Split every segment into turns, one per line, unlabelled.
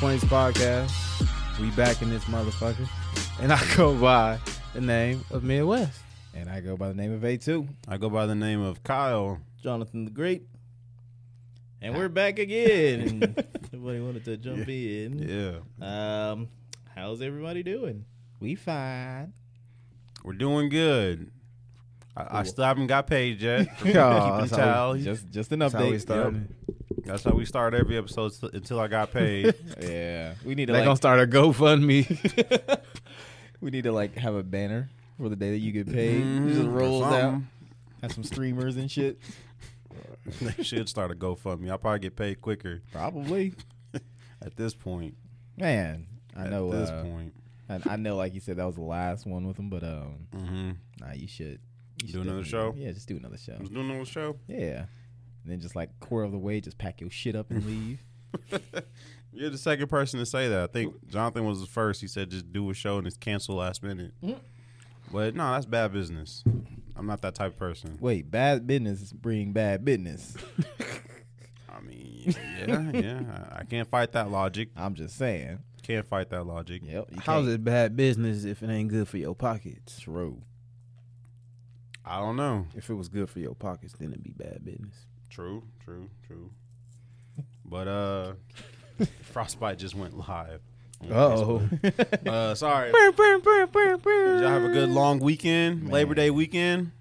Points Podcast. We back in this motherfucker. And I go by the name of Midwest.
And I go by the name of A2.
I go by the name of Kyle.
Jonathan the Great. And we're back again. And Nobody wanted to jump in.
Yeah.
Um, how's everybody doing?
We fine.
We're doing good. I, I still haven't got paid yet. Keeping
Oh,
tally.
just, just an
That's how we
update.
started.
That's how we start every episode s- until I got paid.
Yeah. We need to
They're
like,
gonna start a GoFundMe.
we need to like have a banner for the day that you get paid.
Mhm,
It just
Mm-hmm.
or
rolls out.
something.
Have some streamers and shit.
they should start a GoFundMe. I'll probably get paid quicker
Probably.
at this point.
Man. I
at
know
this
uh,
point.
I, I know like you said that was the last one with him, but um
Mm-hmm.
nah you should you
Do
should
another
definitely-
show?
Yeah, just do another show.
I was doing another show.
Yeah. And then just like core of the way, just pack your shit up and leave.
You're the second person to say that. I think Jonathan was the first. He said just do a show and it's canceled last minute.
Hmm.
But no, that's bad business. I'm not that type of person.
Wait, bad business bring bad business.
I mean, yeah, yeah. I I can't fight that logic.
I'm just saying.
Can't fight that logic.
Yep. you
How's
can't-
it bad business if it ain't good for your pockets?
True.
I don't know.
If it was good for your pockets, then it'd be bad business.
True, true, true. But uh Frostbite just went live. on
Oh,
Facebook. Uh sorry. Did y'all have a good long weekend? Labor Day weekend?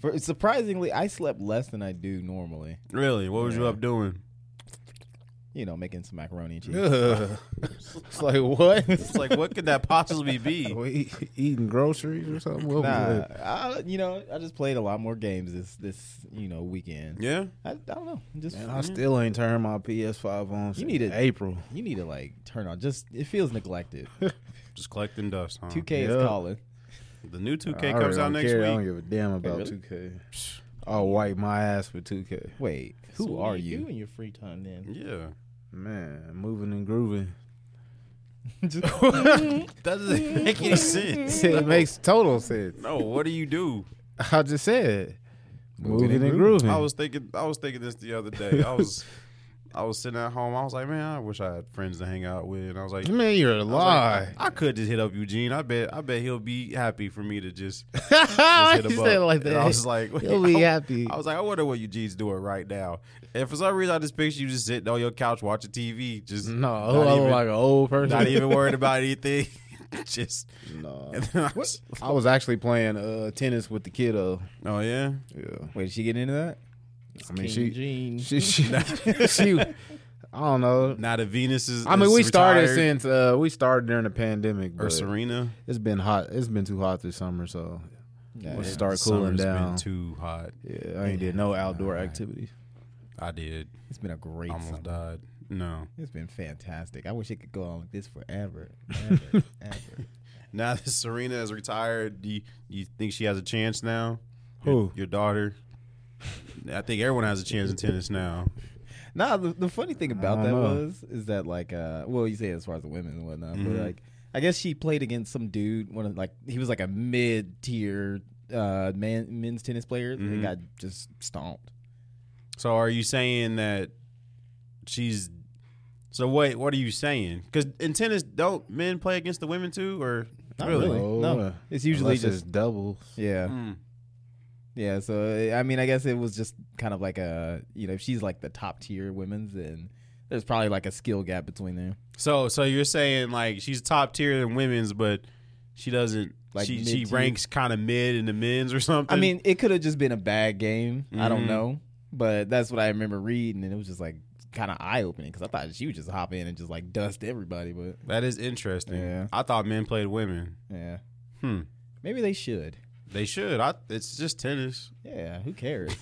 For, surprisingly, I slept less than I do normally.
Really? What was you
Yeah.
up doing?
You know, making some macaroni and cheese.
it's like what?
It's like what could that possibly be?
we eat- eating groceries or something? What was
Nah,
it?
I, you know, I just played a lot more games this this you know weekend.
Yeah?
I, I don't know. Just
Man, I still ain't turned my PS5 on.
You need
since
to-
April.
you need to like turn on. Just it feels neglected.
Just collecting dust, huh?
2K
Yeah.
is calling.
The new
I
2K
already
comes out
don't
next
care. I don't
week.
give a damn about
really?
2K. I'll wipe my ass for 2K.
Wait, who
So what
are
do
you?
do in your free time then?
Yeah.
Man, moving and grooving.
That doesn't make any sense.
it makes total sense.
No, what do you do?
I just said moving,
Moving and
and
grooving.
grooving.
I was thinking I was thinking this the other day. I was I was sitting at home. I was like, man, I wish I had friends to hang out with. And I was like,
man, you're a
I was
lie.
like, I, I could just hit up Eugene. I bet I bet he'll be happy for me to just, just hit
you
him
said it
up.
like
And
that.
I was like,
He'll be
I-
happy.
I was like, I wonder what Eugene's doing right now. And for some reason, I just picture you just sitting on your couch watching TV, just
no, I
not
look
even,
like an old person.
not even worried about anything. just
No.
and then I was,
I was actually playing uh, tennis with the kiddo.
oh yeah,
Yeah,
Wait, did she get into that?
I mean
King
she,
Gene.
she, she, she, I don't know.
now that Venus is.
I mean,
is
we started
retired,
since uh, we started during the pandemic,
or
but
Serena.
it's been hot. It's been too hot this summer, so
Nah,
we'll
it-
start cooling
Summer's
down.
Been too hot.
yeah, I ain't did no outdoor activities.
I did.
it's been a great
Almost
summer.
died. No.
It's been fantastic. I wish it could go on like this forever, ever, ever.
Now that Serena is retired, do you, do you think she has a chance now?
Who?
Your, your daughter? I think everyone has a chance in tennis now.
Nah, the, the funny thing about
don't
that
know.
was is that like uh well you say as far as the women and whatnot,
Mhm.
but like I guess she played against some dude, one of like he was like a mid tier uh man men's tennis player and
Mhm.
got just stomped.
So are you saying that she's? So wait, what are you saying? Because in tennis, don't men play against the women too? Or
Not really. No.
uh,
It's usually
unless it's
just
doubles.
yeah.
Mm.
Yeah. So I mean I guess it was just kind of like a you know, if she's like the top tier women's then there's probably like a skill gap between them.
So so you're saying like she's top tier in women's, but she doesn't.
Like
she she
mid-tier?
ranks kind of mid in the men's or something.
I mean, it could have just been a bad game. I
Mhm.
don't know, but that's what I remember reading, and it was just like kind of eye opening because I thought she would just hop in and just like dust everybody. But
that is interesting.
Yeah.
I thought men played women.
yeah,
Hmm.
maybe they should.
They should. I. It's just tennis.
Yeah, who cares?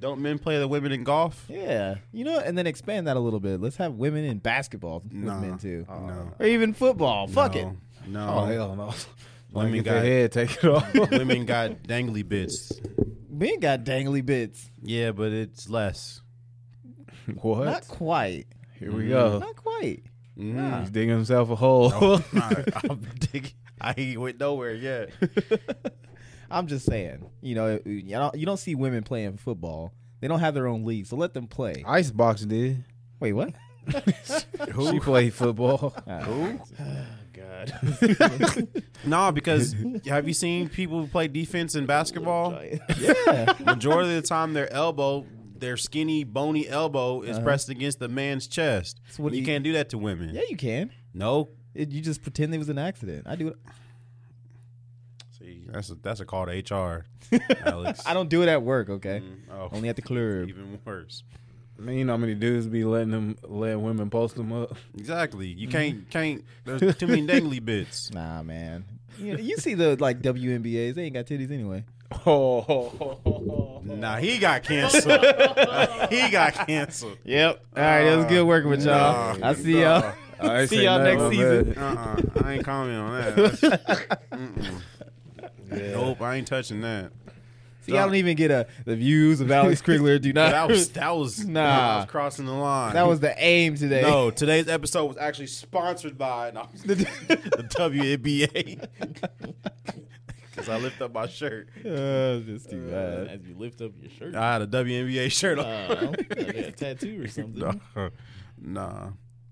Don't men play the women in golf?
yeah, you know, and then expand that a little bit. Let's have women in basketball with
Nah.
men too,
No.
or even football. Oh, Fuck it.
No. No.
Oh, hell no! Let
Women
me get
got-
their head take it off.
Women got dangly bits.
Men got dangly bits.
Yeah, but it's less.
what?
Not quite.
Here we
Uh.
go. Mm,
Not quite.
He's digging himself a hole.
Nah, I'm digging. I ain't went nowhere yet.
I'm just saying. You know, you don't, you don't see women playing football. They don't have their own league, so let them play.
Icebox did.
Wait, what?
She played football.
Who?
God.
Nah, because have you seen people who play defense in basketball?
yeah.
Majority of the time, their elbow, their skinny, bony elbow, is pressed against the man's chest.
So Uh-huh. what do
you,
you-
can't do that to women.
Yeah, you can.
No.
It, you just pretend it was an accident. I do it.
See, that's a, that's a call to HR, Alex.
I don't do it at work. Okay.
Mm, Oh,
Only at the club.
even worse.
Man, you know how many dudes be letting them let women post them up.
Exactly. You can't can't. There's too many dangly bits.
Nah, man. You, you see the like WNBA's? They ain't got titties anyway.
Oh,
Nah, he got canceled. he got canceled.
Yep. All right. It was good working with y'all.
nah,
I see y'all.
nah.
I
See y'all next season.
Uh-uh. I ain't commenting on that. That's- mm-mm. Nope, I ain't touching that.
See, I don't even get a, the views of Alex Krigler. Do not.
That was that was
Nah.
I was crossing the line.
that was the aim today.
no. Today's episode was actually sponsored by no, the WNBA because I lift up my shirt.
Uh, just too bad.
As you lift up your shirt.
I had a WNBA shirt on.
Uh, like a tattoo or something.
Nah. nah.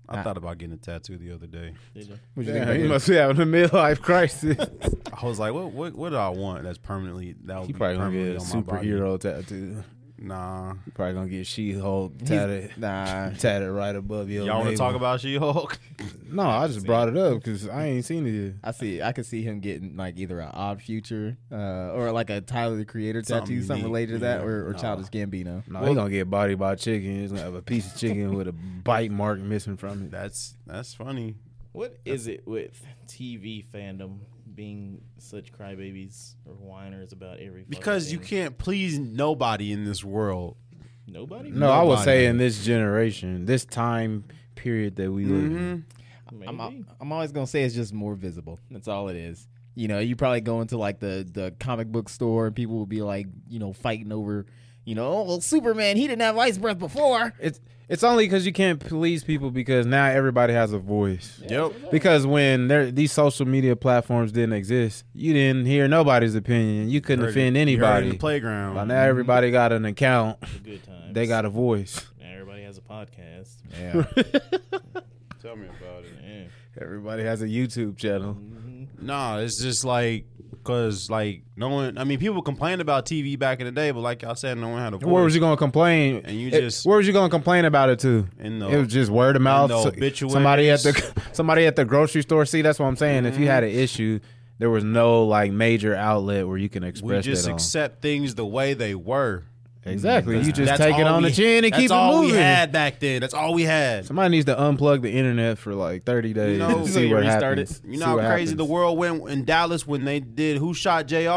Mm-hmm. I thought about getting a tattoo the other day.
Did you?
What you think
Damn,
about
he
it?
must be having a midlife crisis.
I was like, what what what do I want that's permanently that would
he
be
probably gonna
permanently
get a
on my body?
superhero tattoo.
Nah.
He probably gonna get She-Hulk tatted,
Nah.
tatted right above your.
Y'all want to
navel.
talk about She-Hulk?
No, I just brought it up because I ain't seen it yet.
I see. I could see him getting like either an Odd Future uh, or like a Tyler the Creator
Something
tattoo, something
unique,
related to that,
yeah.
or, or
Nah.
Childish Gambino.
No, he gonna get bodied by a chicken. He's gonna have a piece of chicken with a bite mark missing from it.
That's that's funny.
What is it with TV fandom being such crybabies or whiners about every? fucking
Because you
thing?
can't please nobody in this world.
Nobody.
No, I would
Nobody.
say in this generation, this time period that we live in.
Maybe.
I'm al- I'm always gonna say it's just more visible. That's all it is. You know, you probably go into like the the comic book store and people will be like, you know, fighting over, you know, oh well, Superman he didn't have ice breath before.
It's it's only because you can't please people because now everybody has a voice.
Yep.
Because when there, these social media platforms didn't exist, you didn't hear nobody's opinion. You couldn't offend
in the
anybody.
playground.
By now, everybody got an account.
Good times.
They got a voice.
Now everybody has a podcast. Eh,
Yeah.
Tell me about it.
Yeah.
Everybody has a YouTube channel.
Nah, it's just like because like no one. I mean, people complained about TV back in the day, but like I said, no one had a voice.
Where was you gonna complain?
And you
It-
just-
where was you gonna complain about it to?
In the-
it was just word of mouth.
the
So-
obituaries.
somebody at the somebody at the grocery store. See, that's what I'm saying. If you had an
Mm-hmm.
issue, there was no like major outlet where you can
We
express
just
that on.
accept things the way they were.
Exactly. You just
That's
take it
all
on
we-
the chin and
that's
keep it
all
moving.
we had back then. That's all we had.
Somebody needs to unplug the internet for like 30 days
know-
and
So
see
you
what
restart
happens.
You
See
know
what
how crazy the
happens.
world went in Dallas when they did Who Shot JR?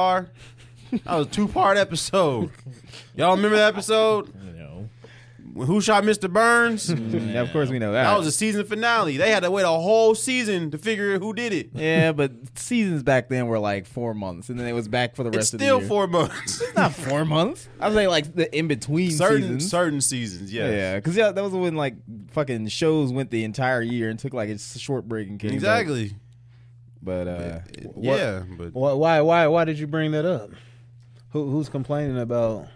That was a two part episode. Y'all remember that episode?
You know.
Who Shot Mr. Burns?
yeah, of course we know that.
That was a season finale. They had to wait a whole season to figure out who did it.
yeah, but seasons back then were like four months, and then it was back for the
It's
rest of the
still
year.
four months.
not four months. I was like like the in between
certain
seasons.
certain seasons, yes.
Yeah, because yeah, that was when like fucking shows went the entire year and took like a s- short break and came back.
Exactly.
But uh,
yeah, but
Why, why, why, why did you bring that up? Who, who's complaining about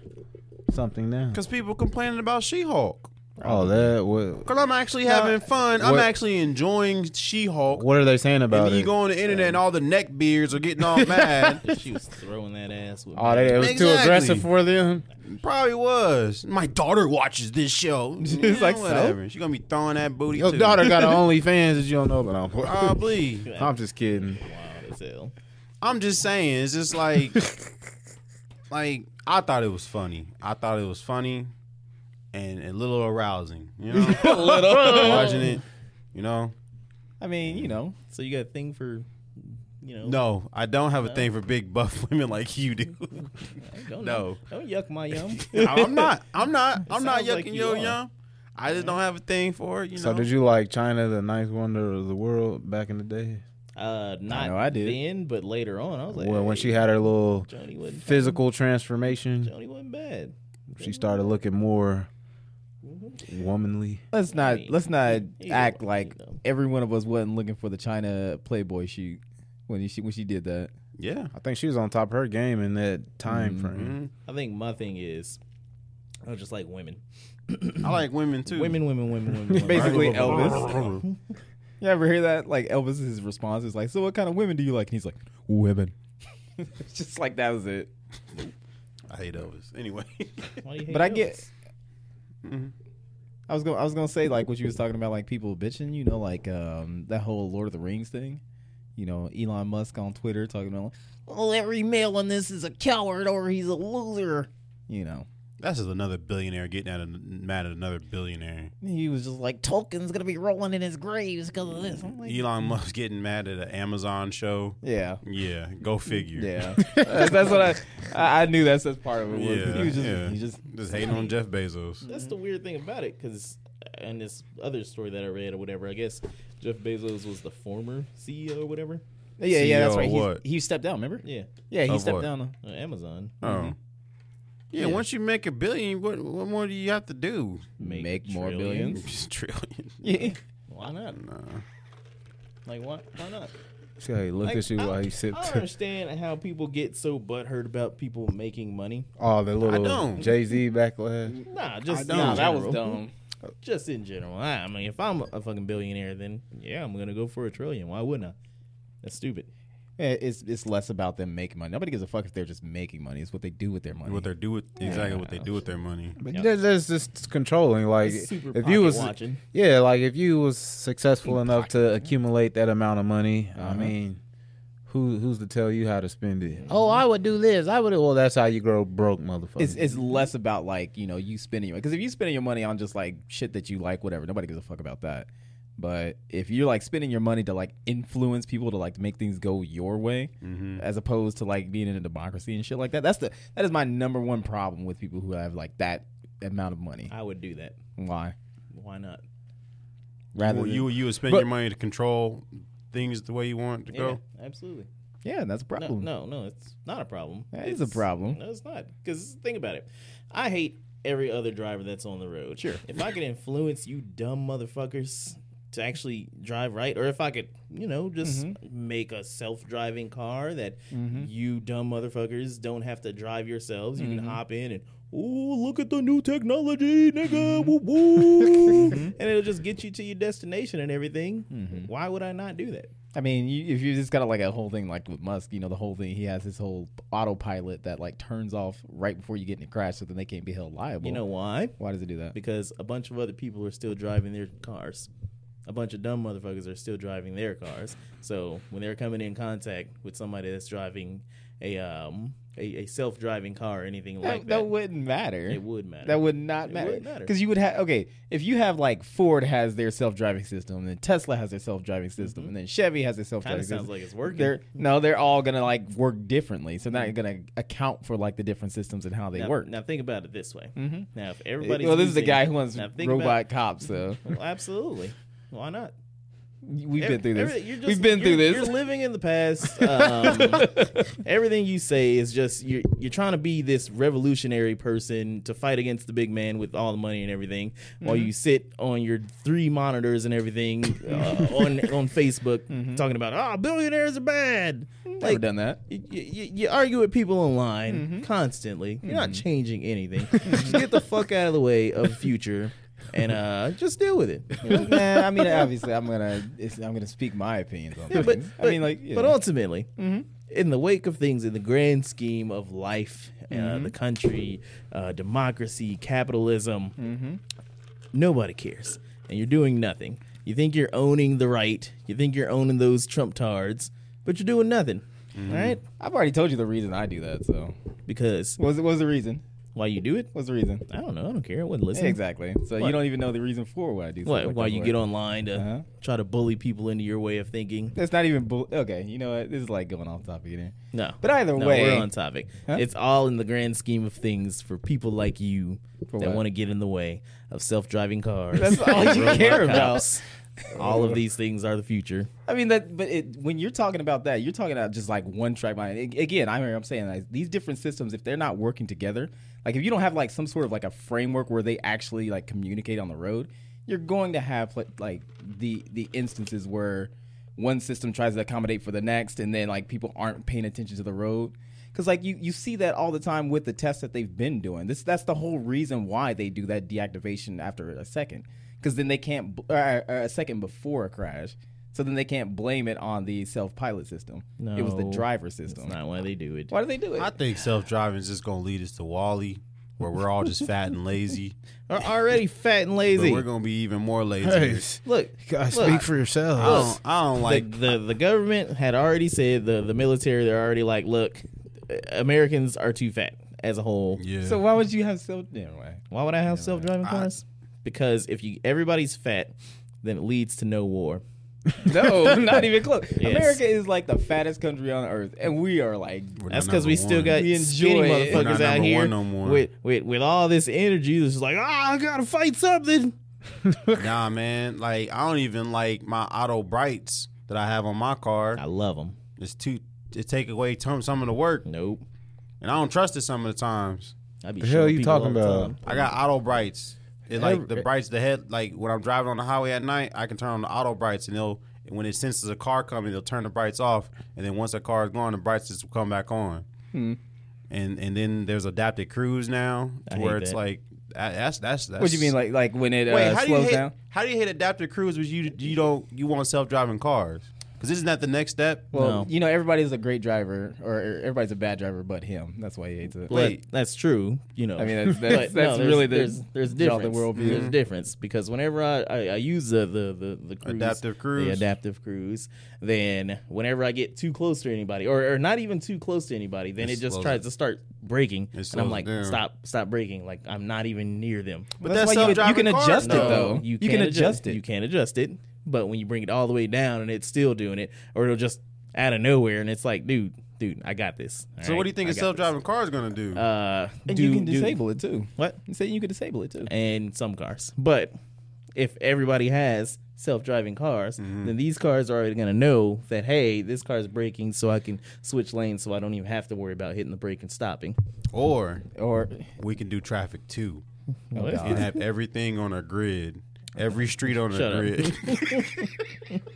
something now?
because people complaining about She-Hulk.
Oh, that. What,
Because I'm actually having fun. I'm
what-
actually enjoying She-Hulk.
what are they saying
and
about
then you
it?
go on the internet and all the neckbeards are getting all mad.
She was throwing that ass with.
Oh, they, it was too
Exactly.
aggressive for them.
Probably was. My daughter watches this show.
It's like, so?
She's gonna be throwing that booty.
Your
too. Oh,
daughter got an OnlyFans that you don't know about.
Probably.
I'm just kidding.
Wild as hell.
I'm just saying. It's just like, like I thought it was funny. I thought it was funny, and a little arousing. You know,
uh,
watching it. You know,
I mean, you know,
So you got a thing for, you know?
no, I don't have a thing for big buff women like you do.
Don't,
no.
Don't yuck my yum.
I'm not. I'm not. I'm not
sounds like
yucking
you
your
are.
yum. I just don't have a thing for it. You know.
So, did you like China, the ninth wonder of the world back in the day?
Uh, not
know I did.
then, but later on, I was like,
When, when
hey,
she had her little
Joni wasn't
physical transformation,
Joni wasn't bad.
she started looking more
Mm-hmm.
womanly.
let's not let's not
you
act
don't
like
need them.
every one of us wasn't looking for the China Playboy shoot when she when she did that.
yeah.
I think she was on top of her
Mm-hmm.
game in that time frame.
Mhm.
I think my thing is, I just like women.
I like women too.
Women, women, women, women. women.
Basically Elvis. You ever hear that? Like Elvis's response is like, "So what kind of women do you like?" And he's like, "Women." It's just like that was it.
I hate Elvis. Anyway,
Why do you hate
But I get.
Elvis?
Mhm.
I was going. I was gonna say like what you was talking about, like people bitching. You know, like um, that whole Lord of the Rings thing. You know, Elon Musk on Twitter talking about, "Oh, every male on this is a coward or he's a loser." You know,
that's just another billionaire getting at a, mad at another billionaire.
he was just like, "Tolkien's gonna be rolling in his graves because of this." I'm like,
Elon Musk getting mad at an Amazon show.
yeah.
Yeah, go figure.
Yeah, that's, that's what I, I. I knew that's that's part of it. Was
Yeah,
he was just,
yeah.
he just
Just hating on Jeff Bezos.
That's the weird thing about it, because in this other story that I read or whatever, I guess Jeff Bezos was the former CEO or whatever.
Yeah, yeah, that's
CEO
right. He's-
what?
He stepped down. Remember?
Yeah,
Yeah, he
Of
stepped
what?
down.
uh, Amazon.
Oh. Yeah,
Mm-hmm.
once you make a billion, what what more do you have to do?
Make more billions.
Just trillion.
Yeah,
Why not?
Nah.
Like, why? Why not?
He looked
Like,
at you
I-
while he
I don't
sipped
understand how people get so butthurt about people making money.
all the little
don't.
Jay Z backlash.
Nah, just
don't.
nah, that was
General.
dumb.
just in general. I, I mean, if I'm a fucking billionaire, then yeah, I'm gonna go for a trillion. Why wouldn't I? That's stupid.
Yeah, It's it's less about them making money. Nobody gives a fuck if they're just making money. It's what they do with their money.
What they do with exactly what they do with their money.
But
Yeah.
that, that's just controlling. Like
That's super
if
pocket
you was
watching.
yeah, like if you was successful enough to accumulate that amount of money, I mean, who who's to tell you how to spend it? Oh, I would do this. I would. Well, that's how you grow broke, motherfucker.
it's it's less about like you know you spending your because if you spending your money on just like shit that you like, whatever. Nobody gives a fuck about that. But if you're like spending your money to like influence people to like make things go your way,
Mm-hmm.
as opposed to like being in a democracy and shit like that, that's the that is my number one problem with people who have like that amount of money.
I would do that.
Why?
Why not?
Rather
Well,
than-
you you would spend
But-
your money to control things the way you want it to
Yeah,
go.
absolutely.
yeah, that's a
No,
problem.
no, no, it's not a problem.
That
it's,
is a problem.
No, it's not. Because think about it. I hate every other driver that's on the road. Sure. If I could influence you dumb motherfuckers to actually drive right, or if I could, you know, just make a self driving car that you dumb motherfuckers don't have to drive yourselves, you can hop in and. Ooh, look at the new technology, nigga. Woo woo. and it'll just get you to your destination and everything. Why would I not do that?
I mean, you, if you just got like a whole thing like with Musk, you know, the whole thing he has his whole autopilot that like turns off right before you get in a crash, so then they can't be held liable.
You know why?
why does it do that?
because a bunch of other people are still driving their cars. A bunch of dumb motherfuckers are still driving their cars. So when they're coming in contact with somebody that's driving a um a, a self driving car or anything
That,
like
that
that,
wouldn't matter.
it would matter.
That would not
It
matter.
wouldn't matter.
Because you would have okay, if you have like Ford has their self driving system, and then Tesla has their self driving system, and then Chevy has their self driving
kind of
system.
Mm-hmm. sounds like it's working.
they're no, they're all gonna like work differently. So they're not gonna account for like the different systems and how they
now,
work.
Now think about it this way.
Mhm.
Now if
It-
everybody
well, this is the guy who wants
Now, think
robot
about-
cops. So
well, absolutely. Why not?
we've
Every-
been through this.
every- you're just-
we've been through
you're-
this.
You're living in the past. Um, everything you say is just you're you're trying to be this revolutionary person to fight against the big man with all the money and everything, while
Mm-hmm.
you sit on your three monitors and everything uh, on on Facebook
Mm-hmm.
talking about ah billionaires are bad.
Never
Like
done that.
you, you, you argue with people online
Mm-hmm.
constantly. You're not changing anything. just get the fuck out of the way of future, and uh, just deal with it.
nah, I mean, obviously, I'm gonna it's, I'm gonna speak my opinions on
Yeah,
things.
but,
I mean, like, yeah. Mm-hmm.
but ultimately, in the wake of things, in the grand scheme of life, uh,
Mm-hmm.
the country, uh, democracy, capitalism,
Mm-hmm.
nobody cares, and you're doing nothing. You think you're owning the right. You think you're owning those Trump tards, but you're doing nothing,
Mm-hmm.
all right?
I've already told you the reason I do that. So,
Because
what was what was the reason?
why you do it?
What's the reason?
I don't know. I don't care. I wouldn't listen.
Exactly. So
What?
you don't even know the reason for what I do.
What? Why you get online to
Uh-huh.
try to bully people into your way of thinking?
That's not even bull- okay. You know what? This is like going off topic here.
No.
But either
No,
way,
we're on topic.
Huh?
It's all in the grand scheme of things for people like you
For
that
what?
want to get in the way of self-driving cars.
That's all
and
you
robot
care about.
cops. all of these things are the future.
I mean that, but it, when you're talking about that, you're talking about just like one track mind. A- Again, I mean, I'm saying like, these different systems, if they're not working together, like if you don't have like some sort of like a framework where they actually like communicate on the road, you're going to have like- like the the instances where one system tries to accommodate for the next, and then like people aren't paying attention to the road. because like you you see that all the time with the tests that they've been doing. This that's the whole reason why they do that deactivation after a second, because then they can't bl- or, or a second before a crash. So then they can't blame it on the self-pilot system. it was the
No,
driver
That's
system.
not why they do it.
Why do they do it?
I think self driving is just gonna lead us to Wally, where we're all just fat and lazy.
Are already fat and
But
lazy.
we're gonna be even more lazy.
Look,
gotta
Look,
speak for
I
yourselves.
don't, I don't like.
like the the government had already said the the military they're already like, look, Americans are too fat as a whole.
Yeah.
So why would you have self? Anyway,
Why would I have self driving cars? because if you everybody's fat, then it leads to no war.
no, not even close.
Yes.
America is like the fattest country on earth, and we are like
We're not
That's because
number
we still
one.
got
We
skinny
enjoy it. We're
not
motherfuckers out
number
here
one no more.
with, with with all this energy. That's just like, ah, I gotta fight something.
Nah, man. Like I don't even like my auto brights that I have on my car.
I love them.
It's too. It take away t- some of the work,
Nope.
and I don't trust it some of the times.
I be
The hell
showing
you
people
talking
all
about?
the time.
I got auto brights. It like the
eh
Every-
brights, the head. Like when I'm driving on the highway at night, I can turn on the auto brights, and they'll when it senses a car coming, they'll turn the brights off, and then once the car is gone, the brights just will come back on.
Hmm.
And and then there's adaptive cruise now, to
I hate
where it's
that.
like that- that's that's that's.
What do you mean, like like when it
Wait,
uh,
how do you
slows
hit?
down?
How do you hit adaptive cruise? But you you don't you want self driving cars? Because isn't that the next step?
Well,
No.
you know, everybody's a great driver, or everybody's a bad driver, but him. That's why he hates it.
But
Wait.
that's true. You know,
I mean, that's- that's-
But no,
that's
there's-
really the-
there's there's
draw the
difference.
worldview.
There's difference because whenever I, I, I use the the the, the cruise,
Adaptive cruise.
the adaptive cruise, then whenever I get too close to anybody, or, or not even too close to anybody, then
It
it, just
slows
tries
it-
to start braking, and
slows
I'm
it
like,
down.
stop, stop braking, like I'm not even near them.
But
That's
that's,
why you- you
self-driving
can
cars,
adjust it,
though.
though. You can adjust it.
You can adjust it, but when you bring it all the way down and it's still doing it, or it'll just out of nowhere, and it's like, dude, dude, I got this. All
So what do you
right,
think
I
a
got
self driving car is gonna do?
this. Uh,
and
do-
you can
do-
disable it too.
what?
You say you can disable it too.
and some cars. But if everybody has self-driving cars,
Mm-hmm.
then these cars are already going to know that hey, this car is braking, so I can switch lanes, so I don't even have to worry about hitting the brake and stopping.
or
Or
we can do traffic too
Oh,
What?
and have everything on a grid, every street on
Shut
a
up.
grid.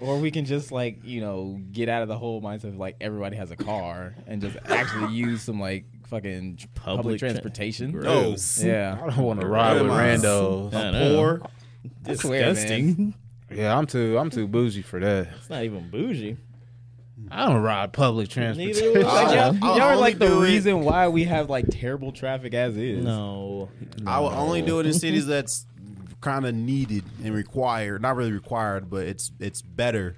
or we can just like you know get out of the whole mindset of like everybody has a car and just actually use some like fucking tr- public,
Public tra-
transportation.
no,
I
Yeah,
don't want to ride with
Grandmas.
randos.
I know.
or
I swear, man.
Yeah, I'm too. I'm too bougie for that.
It's not even bougie.
I don't ride public
Neither
transportation.
would
Like,
I.
y'all,
I'll- I'll
y'all are
only
like the
do it-
reason why we have like terrible traffic as is.
No,
I will only do it in cities that's kind of needed and required. Not really required, but it's it's better.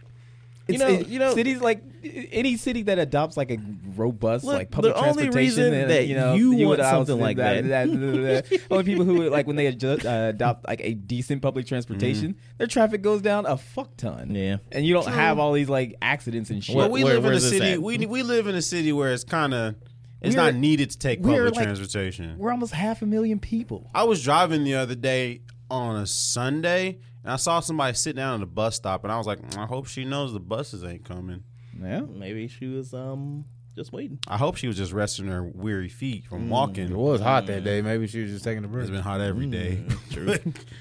It's,
You know-
it-
you know-
cities like any city that adopts like a robust
Look,
like public
the only
transportation.
reason
and,
that
you know
you
would
want
allow us
something
to
like that.
only people who would, like when they adjust, uh, adopt like a decent public transportation, their traffic goes down a fuck ton.
Mm-hmm. Yeah.
and you don't have all these like accidents and shit.
Well,
But we
where-
live in a
where's this
city.
at?
We we live in a city where it's kind of it's
We're-
not needed to take
we're
public
like-
transportation.
We're almost half a million people.
I was driving the other day on a Sunday, and I saw somebody sit down at a bus stop, and I was like, "Mm, I hope she knows the buses ain't coming.
Yeah,
maybe she was um just waiting.
I hope she was just resting her weary feet from walking.
It was hot that day. Maybe she was just taking a break.
It's been hot
Mm,
every day.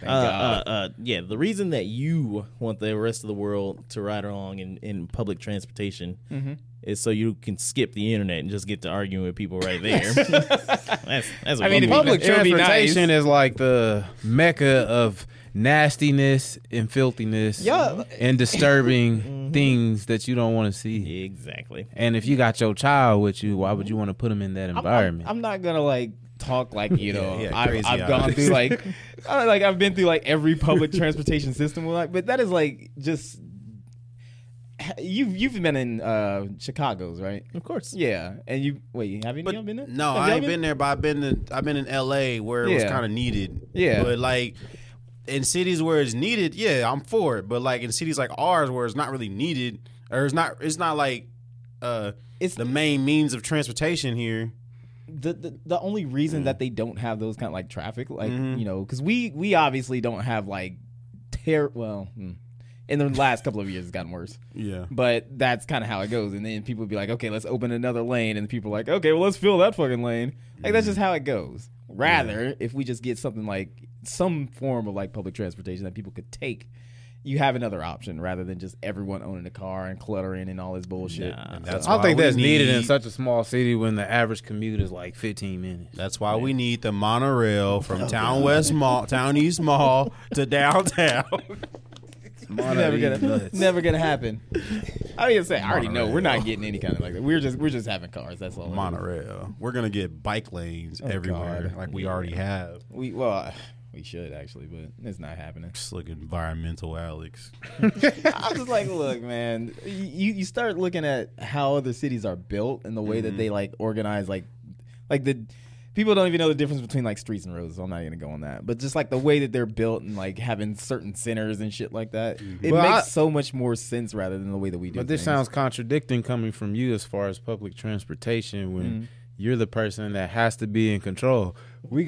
Uh, uh, uh, yeah, the reason that you want the rest of the world to ride along in, in public transportation is so you can skip the internet and just get to arguing with people right there. that's that's what
I mean, if
you want.
Public
It would be
transportation is like the mecca of nastiness and filthiness
Yeah.
and disturbing things that you don't want to see.
exactly.
And if you got your child with you, why would you want to put them in that environment?
I'm not gonna like talk like you know.
yeah,
I've,
crazy
I've gone
eyes.
through like, I, like I've been through like every public transportation system, like, but that is like just you've you've been in uh Chicago's right?
Of course.
Yeah, and you wait, have you
But
y'all been there?
no,
Have
I
y'all
ain't been there, but I've been in, I've been in L.A. where it was
Yeah.
kind of needed.
Yeah.
but like in cities where it's needed, yeah, I'm for it. But like in cities like ours where it's not really needed, or it's not it's not like uh
It's-
the main means of transportation here.
the, the the only reason
Mm.
that they don't have those kind of like traffic, like
Mm-hmm.
you know, because we we obviously don't have like ter well. hmm. In the last couple of years, it's gotten worse.
Yeah,
But that's kind of how it goes. And then people be like, okay, let's open another lane. And people are like, okay, well, let's fill that fucking lane. Like, that's just how it goes. Rather, if we just get something like some form of like public transportation that people could take you have another option rather than just everyone owning a car and cluttering and all this bullshit.
Nah.
And that's
I don't
why
think
we
that's needed in
need-
such a small city when the average commute is like 15 minutes.
That's why we need the monorail
Oh,
from Town West Mall, Town East Mall to downtown.
never gonna, never gonna happen. I mean, say I already know we're not
Monorail.
getting any kind of like that. We're just we're just having cars. That's all. it is.
monorail. We're gonna get bike lanes everywhere,
Oh, God.
like we already have.
We well, we should actually, but it's not happening.
Just look environmental, Alex.
I was just like, look, man, you you start looking at how other cities are built and the way that they like organize, like like the people don't even know the difference between like streets and roads. So I'm not gonna go on that, but just like the way that they're built and like having certain centers and shit like that, it
Well,
makes
I-
so much more sense rather than the way that we do.
But this
things.
sounds contradicting coming from you as far as public transportation when you're the person that has to be in control. We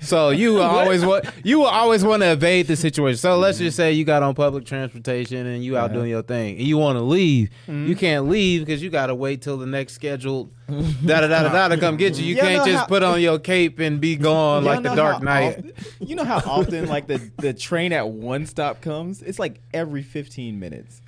so you will always want you will always want to evade the situation. So let's just say you got on public transportation and you
Uh-huh.
out doing your thing and you want to leave.
Mm-hmm.
You can't leave because you got to wait till the next scheduled da da da da da to come get you. You
Y'all
can't
know
just
how-
put on your cape and be gone
Y'all
like the
know
Dark
how
Knight.
oft- you know how often like the the train at one stop comes? It's like every 15 minutes.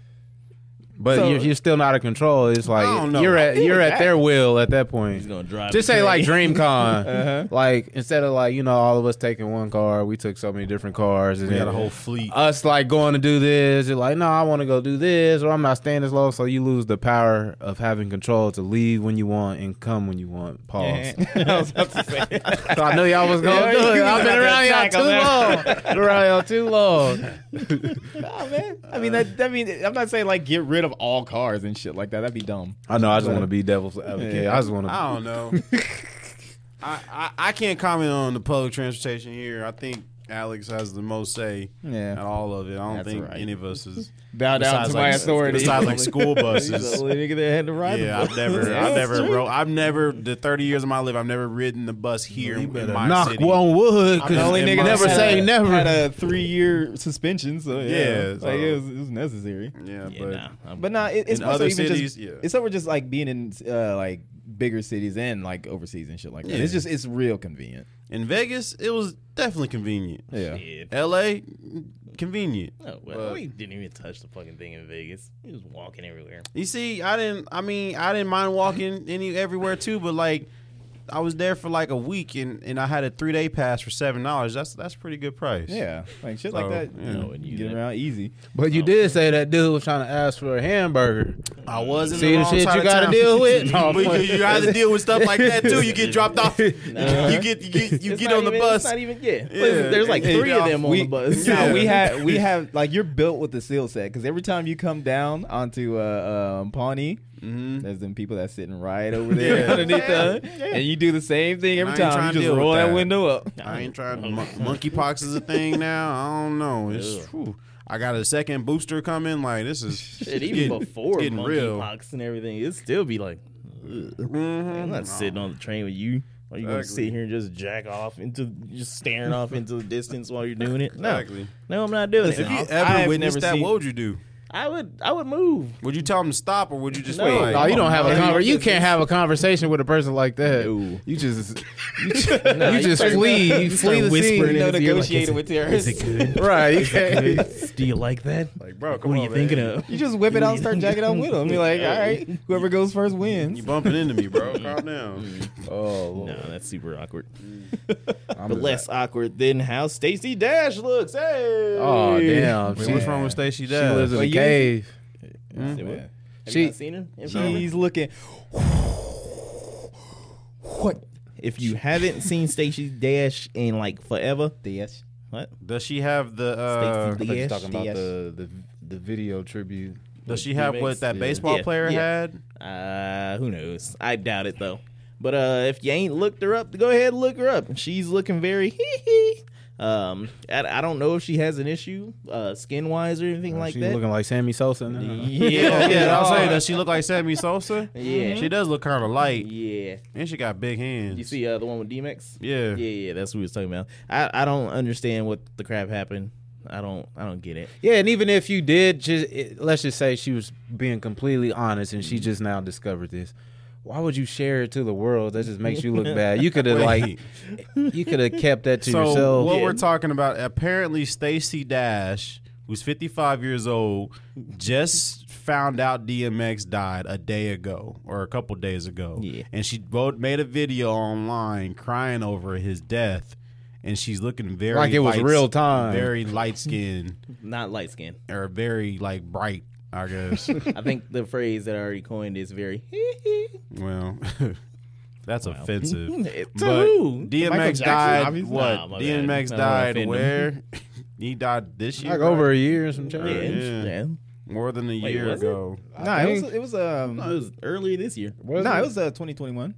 But
So-
you're, you're still not in control. It's like
don't know.
you're
I
at you're at
that.
their will at that point.
He's gonna drive.
Just say
the
like
train.
DreamCon.
Uh-huh.
Like instead of like you know all of us taking one car, we took so many different cars, and
We
then
got a whole fleet.
Uh,
us like going to do this. You're like, no, I want to go do this, or I'm not staying as long. So you lose the power of having control to leave when you want and come when you want. Pause.
I was about to say.
so I knew y'all was gonna do it. I've been around y'all too long. Been around y'all too long.
Nah, Oh, man. I mean, that, that mean, I'm not saying like get rid of all cars and shit like that. That'd be dumb.
I know. I just want to be devil's advocate. I just want to.
I don't know. I, I I can't comment on the public transportation here. I think Alex has the most say
Yeah.
at all of it. I don't
That's
think
right.
any of us is
Bow down
besides
to my
like-
authority.
Besides like school
He's
buses.
the only nigga that had to ride the
Yeah,
bus.
I've never, I've never, ro- I've never. The thirty years of my life, I've never ridden the bus here in my
Knock
city.
on wood. 'cause
The only
In
nigga
my
that
never
had
say
a-
never.
had a three year suspension. So yeah,
Yeah, so-
like it was, it was necessary.
Yeah,
Yeah,
but
nah, I'm-
But nah, it, it's
In
more so
other
even
cities,
just
yeah.
it's over just like being in uh, like bigger cities and like overseas and shit like that.
Yeah.
It's just it's real convenient.
in Vegas, it was definitely convenient.
Yeah.
Yeah.
L.A. convenient.
Oh, well, we didn't even touch the fucking thing in Vegas. He was walking everywhere.
You see, I didn't. I mean, I didn't mind walking any everywhere too, but like, I was there for like a week, and and I had a three day pass for seven dollars. That's that's a pretty good price.
Yeah, like shit
So,
like that.
yeah.
You know, and you get around easy.
But you did say that dude was trying to ask for a hamburger.
I was in
See
the,
the
wrong
shit
side
you
of
gotta
town.
deal with? No, I'm
But
playing.
you, you have to deal with stuff like that too. You get dropped off. You get you get, you
It's
get
not
on the
even-
bus.
It's not even yeah.
Yeah.
There's like
Yeah.
three of them on
we,
the bus.
Nah,
Yeah.
we have we have like you're built with the seal set because every time you come down onto uh, um, Pawnee, there's them people that's sitting right over there
Yeah.
underneath the, and you do the same thing every
I ain't
time.
trying
You
to
just
deal with
roll that.
that.
window up.
I ain't trying. Mon- monkeypox is a thing now. I don't know. It's whew. I got a second booster coming. Like this is
Shit,
it's
even
getting-
before
it's getting real.
monkeypox and everything, it'd still be like, ugh.
Mhm.
I'm not sitting on the train with you. Are you gonna
Exactly.
sit here and just jack off into just staring off into the distance while you're doing it? No,
Exactly.
no, I'm not doing
If
it.
you
I-
ever
I've
witnessed
never
that,
seen-
what would you do?
I would, I would move.
Would you tell them to stop, or would you just
No.
wait?
No, you don't have a
man.
conver- You can't have a conversation with a person like that.
No.
You just, you just, you just flee. You flee the
You
scene.
know,
his ear like,
negotiating with terrorists.
Right. You can't.
Do you like that?
Like, bro,
what are you thinking of?
You just whip it out and start jacking out with them. You're like, all right, whoever goes first
You
wins.
bumping into me, bro. Calm down.
Oh,
No, that's super awkward.
I'm
But
just-
less awkward than how Stacy Dash looks. Hey.
Oh damn.
Wait,
she,
what's wrong with Stacey
she lives
Dash?
in
Well,
a
you-
cave.
Have you
Yeah.
She-
not seen her? in Florida?
She's Hmm? looking. What?
If you haven't seen Stacy Dash in like forever,
Yes.
what?
Does she have the? Uh,
Stacey Dash.
She's
Yes,
talking about
yes.
the, the the video tribute.
does she have what that
Yeah.
baseball
Yeah,
player
yeah.
had?
Uh, who knows? I doubt it though. But uh, if you ain't looked her up, go ahead and look her up. She's looking very hee hee. Um, I, I don't know if she has an issue, uh, skin wise or anything like
she
that.
looking like Sammy Sosa now.
yeah,
yeah, I was
yeah,
saying, does she look like Sammy Sosa?
Yeah.
she does look kind of light,
yeah.
and she got big hands.
You see uh, the one with DMX?
Yeah.
yeah, yeah. That's what we was talking about. I, I don't understand what the crap happened. I don't I don't get it.
Yeah, and even if you did, just it, let's just say she was being completely honest, and she just now discovered this. Why would you share it to the world? That just makes you look bad. You could have like, you could have kept that to
so
yourself.
what
Yeah.
we're talking about apparently Stacy Dash who's 55 years old, just found out DMX died a day ago or a couple days ago.
Yeah.
And she wrote, made a video online crying over his death. And she's looking very
Like it was
light-
real time.
very light skinned
Not light skin.
or very like bright. I guess.
I think the phrase that I already coined is very.
well, that's offensive.
to
But
who?
DMX
Jackson,
died.
obviously.
What?
Nah, my bad.
DMX
I don't wanna
died
offend him.
where? he died this year.
Like
right?
over a year or some
Yeah,
change.
yeah.
yeah.
more than a
Wait,
year
was it?
ago.
No,
I
it was
think-
it was um
No, it was earlier this year.
Was
no, it was uh 2021.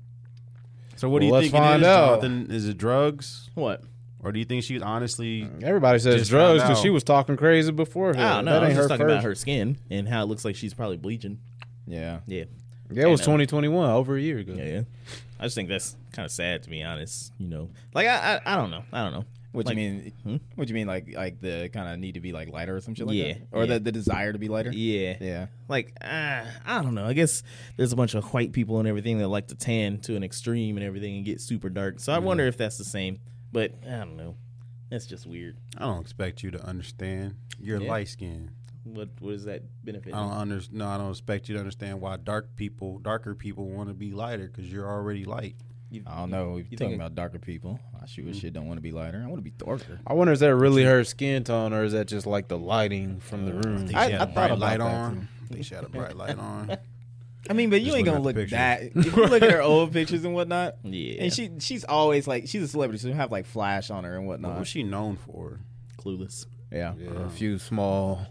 So what
Well,
do you
let's
think
find
it is,
out.
Jonathan? Is it drugs,
What?
or do you think she's honestly?
Everybody says
Just
drugs
found
because she
out.
was talking crazy before her.
I don't know.
That
I was
ain't
just
her
talking about
first-
her skin and how it looks like she's probably bleaching.
Yeah.
Yeah.
Yeah, it was
Yeah, no.
2021, over a year ago.
Yeah, yeah. I just think that's kind of sad to be honest. You know, like I, I, I don't know. I don't know.
What
Like-
you mean?
Hmm?
What you mean? Like like the kind of need to be like lighter or some shit like
Yeah,
that, or
yeah.
the the desire to be lighter?
Yeah.
Yeah.
Like uh, I don't know. I guess there's a bunch of white people and everything that like to tan to an extreme and everything and get super dark. So I wonder if that's the same. But I don't know. That's just weird.
I don't expect you to understand. You're
Yeah.
light skinned.
What what does that benefit?
I don't under, No, I don't expect you to understand why dark people, darker people, want to be lighter because you're already light.
You-
I don't know. You're
think
talking
it-
about darker people. I sure as shit don't want to be lighter. I want to be darker.
I wonder is that really her skin tone or is that just like the lighting from the room?
They
I-
had
I
a
thought
bright
about
light
that,
on. They had a bright light on.
I mean, but you
Just
ain't
look
gonna
at the
look
pictures.
that. If you look at her old pictures and whatnot,
Yeah.
and she she's always like she's a celebrity, so you have like flash on her and
What
whatnot.
was she known for?
clueless.
yeah.
Yeah, a few small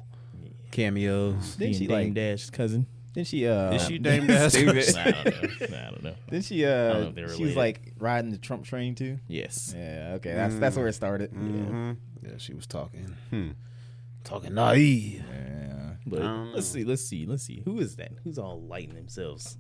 cameos.
Then
Being
she
Dame
like
Dash's cousin.
then she uh
Is she Dame Dash?
Stupid.
I don't know. I don't know.
then she
don't know
uh
if they're
she's
related.
like riding the Trump train too.
Yes.
Yeah. Okay. That's that's where it started.
Mhm.
Yeah, she was talking.
Hmm.
Talking naive.
Yeah.
But
don't
let's see, let's see, let's see. Who is that? Who's all lighting themselves?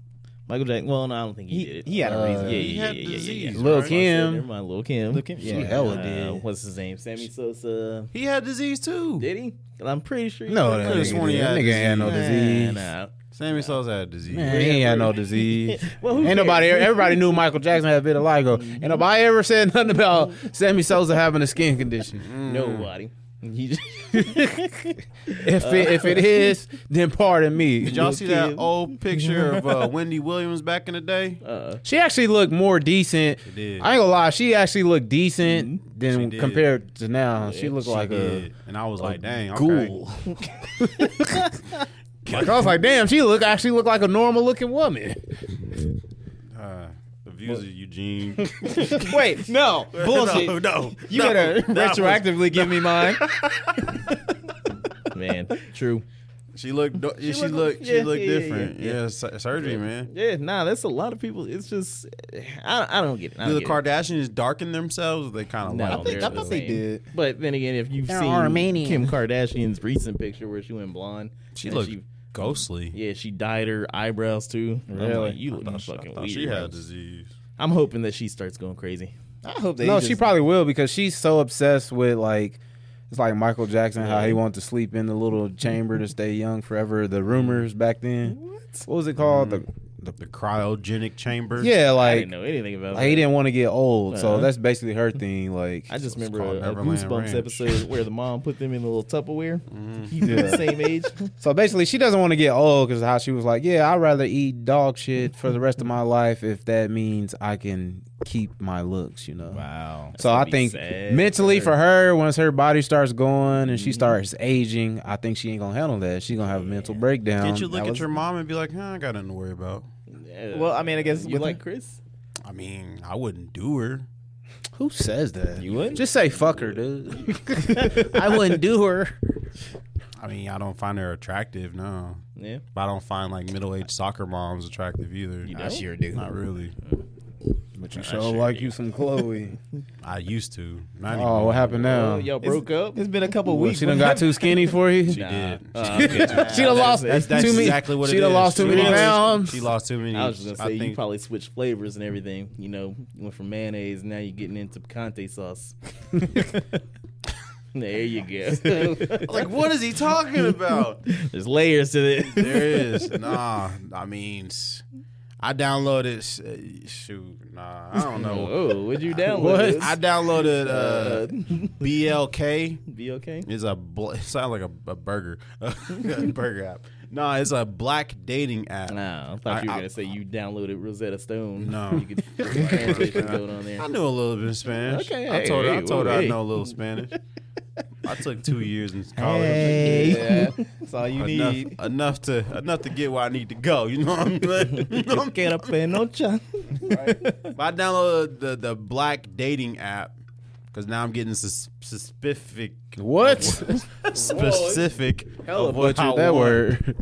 Michael Jackson. Well, no, I don't think he,
He-
did it.
he had a
Uh,
reason.
Yeah,
He
yeah,
had
yeah, yeah, yeah, yeah.
disease,
Lil
right?
Kim.
Never mind, Oh, Lil Kim.
Look at
She
yeah.
hella
Uh,
did.
What's his name? Sammy Sosa.
He had disease too.
Did he? 'Cause I'm pretty sure. he
No,
did.
that
Could've
nigga,
sworn he
did. that
had
nigga ain't had no
disease.
disease.
Nah,
Sammy Sosa had disease.
Man, he ain't had no disease.
Well, who
ain't nobody.
cares?
Everybody knew Michael Jackson had vitiligo. Ain't nobody ever said nothing about Sammy Sosa having a skin condition.
nah. nobody. He just-
If it, if it is, then pardon me.
Did y'all
Lil'
see that
Kim.
old picture of uh, Wendy Williams back in the day?
uh,
She actually looked more decent.
She did. Mm-hmm.
I ain't gonna lie, she actually looked decent
She
than
did.
compared to now. she looked
She
like
did. and I was
a, a
like, dang, okay.
ghoul. like I was like, damn, she look actually looked like a normal looking woman.
Uh, the views of Eugene.
Wait, no, bullshit.
No, no,
You
no,
better
that was-
retroactively give me mine.
man, true.
She looked. do- She,
looked-
looked. She
yeah,
looked
yeah, yeah,
different. Yeah,
yeah, yeah.
su- surgery, man.
Yeah, nah, that's a lot of people. It's just, I, I don't get it. I
Do the
don't get it.
Kardashians darken themselves? Or they kind of
No,
like.
they're
I thought
the
they
same.
did.
But then again, if you've
They're
seen
Armenian.
Kim Kardashian's recent picture where she went blonde,
She
and
looked ghostly.
yeah, she dyed her eyebrows too. I'm
Really?
like, you look
I
fucking
thought
weird.
she
bro.
had disease.
I'm hoping that she starts going crazy.
I hope they.
no,
just,
she probably will because she's so obsessed with like it's like Michael Jackson how he wanted to sleep in the little chamber to stay young forever.
Mm.
The rumors back then. What, was it called?
The, the cryogenic chamber.
The yeah,
I
like
didn't know anything about
like, he
that.
didn't want to get old, so
Uh-huh.
that's basically her thing. Like
I just remember
called
a, a
Neverland
Goosebumps
Ranch.
episode where the mom put them in the little Tupperware. He's
Yeah.
the same age.
So basically, she doesn't want to get old because how she was like, "Yeah, I'd rather eat dog shit for the rest of my life if that means I can keep my looks," you know.
Wow.
So I
gonna be
think
sad
mentally
for
for her, once her body starts going and she starts aging, I think she ain't gonna handle that. She's gonna have a mental breakdown.
Um,
Did you look
That
at
was-
your mom and be like, huh, I got nothing to worry about?
Yeah.
Well, I mean, I guess
you
with
like
her-
Chris?
I mean, I wouldn't do her.
Who says that?
You would?
Just say fuck her, dude. I wouldn't do her.
I mean, I don't find her attractive. No,
Yeah.
but I don't find like middle-aged soccer moms attractive either.
You
I
don't?
sure do.
Not really.
But you sure like you some Chloe.
I used to. Not
oh, what
anymore.
happened now?
Oh, y'all
It's-
broke up?
It's been a couple
What,
weeks.
she done got too skinny for you?
She
Nah.
did.
Uh,
She
okay.
did.
She done lost
Oh, That's, that's
too many-
exactly what
she
it
done
is.
lost too
She
many
lost-
pounds.
She lost too many.
I was just gonna say you
think-
probably switched flavors and everything. You know, you went from mayonnaise, now you're getting into picante sauce. there you go.
like, what is he talking about?
There's layers to
there
it.
is nah. I mean, s- I downloaded. s- uh, Shoot, nah, I don't know.
Oh, would you download
I
this?
downloaded uh, BLK.
Be okay.
It's a bl- it sounds like a, a burger, a burger app. No, it's a black dating app.
Nah, I thought you were
I-
gonna say you downloaded Rosetta Stone.
No.
you could translate the code on
I
there.
knew a little bit of Spanish.
Okay,
I
hey,
told her. I
hey,
told her I
hey.
know a little Spanish. I took two years in college.
Yeah, that's all you
Enough,
need.
enough to enough to get where I need to go. You know what I'm saying? You know what I'm
Get up, penocha.
But I downloaded the, the black dating app because now I'm getting sus- specific.
What?
specific
Hella
of what, I
butchered that
want,
word.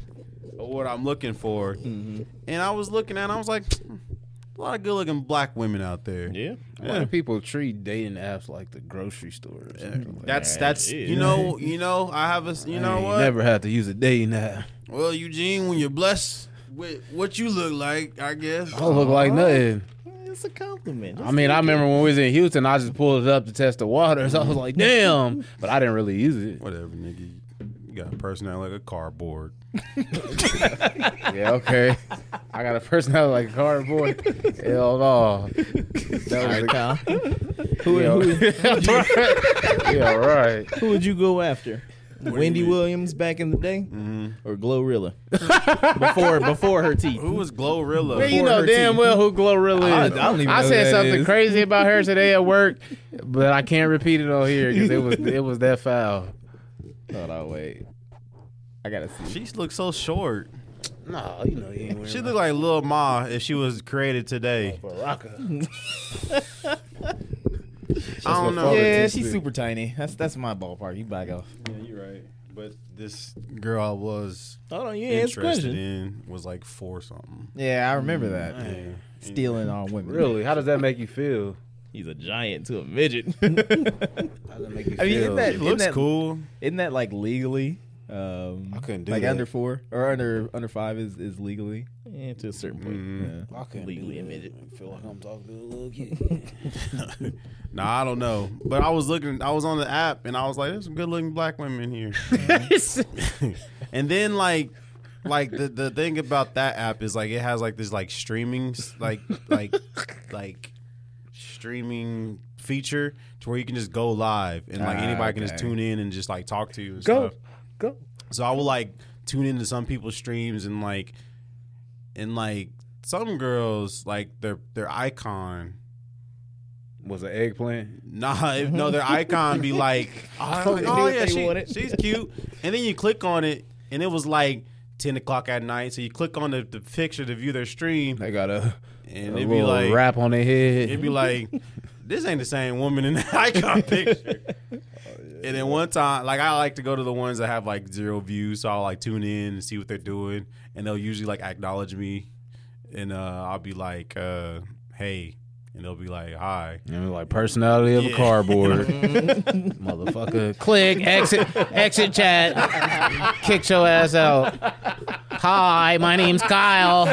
of what I'm looking for. And I was looking at it, I was like, a lot of good looking black women out there.
Yeah.
Why do people treat dating apps like the grocery store? or something like
That's
Yeah,
that's
it
you
is.
know you know I have a s- you
that? I
know
ain't
what
Never have to use a dating app.
well Eugene when you're blessed with what you look like I guess
I don't look like nothing.
It's a compliment.
I mean, I remember when we was in Houston, I just pulled it up to test the waters. I was like, damn. But I didn't really use it.
whatever nigga you got a personality like a cardboard
Yeah, okay. I got a personality like cardboard. Hell no. That was a cow. Who yeah. yeah, right.
who would you go after? Wendy Williams back in the day, or Glorilla Mm-hmm. before before her teeth.
who was Glorilla
Man, you
Before
know
her
damn
teeth.
well who Glorilla
I- I
is.
don't even know who
said
that
something
is.
crazy about her today at work, but I can't repeat it on here because it was it was that foul.
Hold on, wait. I gotta see.
she looks so short
No, you know you ain't
she looked like Lil Ma if she was created today
Baraka.
I don't know
Yeah, she's super tiny. That's that's my ballpark. You back off.
you're right but this girl I was
Hold on, you ain't asked the
interested
question.
in was like four something
Yeah, I remember that. Stealing on women.
Really? How does that make you feel?
He's a giant to a midget.
How does that make you
I mean, isn't
feel?
that-
It looks
that-
cool
Isn't that like legally? Um,
I couldn't do
like
that.
under four or under under five is is legally.
yeah, to a certain point,
I couldn't
legally a
do that.
midget.
I feel like I'm talking to a little kid.
No, I don't know. But I was looking, I was on the app and I was like, there's some good looking black women in here. and then like like the, the thing about that app is like it has like this like streaming s- like like like streaming feature to where you can just go live and like
Ah,
anybody can just
okay.
tune in and just like talk to you and
Go.
stuff.
Go.
So I would like tune into some people's streams and like and like some girls like their their icon
Was an eggplant?
Nah, if, no, their icon be like, oh, oh,
they do
yeah,
what they
she-
wanted.
she's cute. And then you click on it, and it was like 10 o'clock at night. So you click on the, the picture to view their stream,
They got a, a
and it'd be
little
like,
wrap on their head.
it'd be like, this ain't the same woman in the icon picture. And then one time, like I like to go to the ones that have like zero views, so I'll like tune in and see what they're doing, and they'll usually like acknowledge me, and uh, I'll be like, uh, "Hey," and they'll be like, "Hi."
You know, like personality of
Yeah.
a cardboard. Motherfucker. Click, exit, exit chat. Kick your ass out. Hi, my name's Kyle.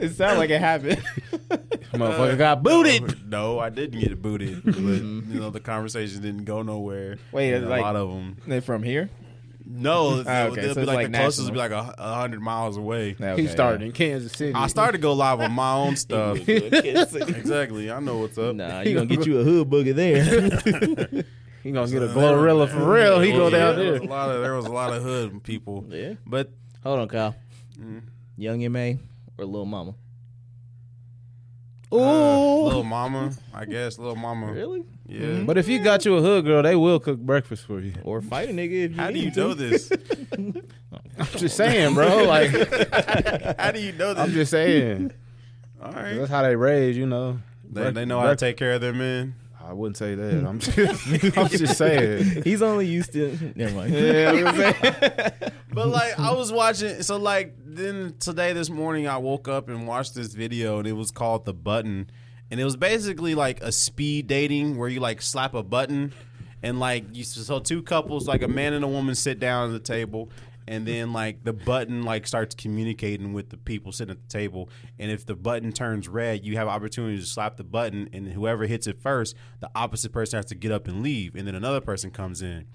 It sounds like it happened.
Motherfucker got booted.
No, I didn't get booted. But you know, the conversation didn't go nowhere.
Wait,
And a
like-
lot of them.
They're from here.
No,
Ah,
they'll-
okay,
they'll
so
be like,
it's like
the closest would be
national.
like a, a hundred miles away.
Yeah,
he
okay,
started in Kansas City.
I started to go live on my own stuff.
nah,
exactly, I know what's up.
you gonna get you a hood booger there.
He gonna get a Glorilla for real. He go down
There was
there.
a lot of there was a lot of hood people.
yeah.
But
Hold on, Kyle.
Mm-hmm.
Young Ma or Lil Mama?
uh, little mama, I guess little mama.
Really?
Yeah.
But if you got you a hood girl, they will cook breakfast for you.
Or fight a nigga if you
How do
need
you
to.
know this?
I'm just saying, bro. Like
How do you know
I'm
this?
just saying.
All right.
That's how they raise, you know.
They, they know how to
Breakfast-
take care of their men.
I wouldn't say that. I'm just, I'm just saying.
He's only used to. Never mind.
Yeah, I'm saying.
But like I was watching, so like then today this morning I woke up and watched this video and it was called the button, and it was basically like a speed dating where you like slap a button, and like you so two couples like a man and a woman sit down at the table. And then, like the button, like starts communicating with the people sitting at the table. And if the button turns red, you have opportunity to slap the button. And whoever hits it first, the opposite person has to get up and leave. And then another person comes in.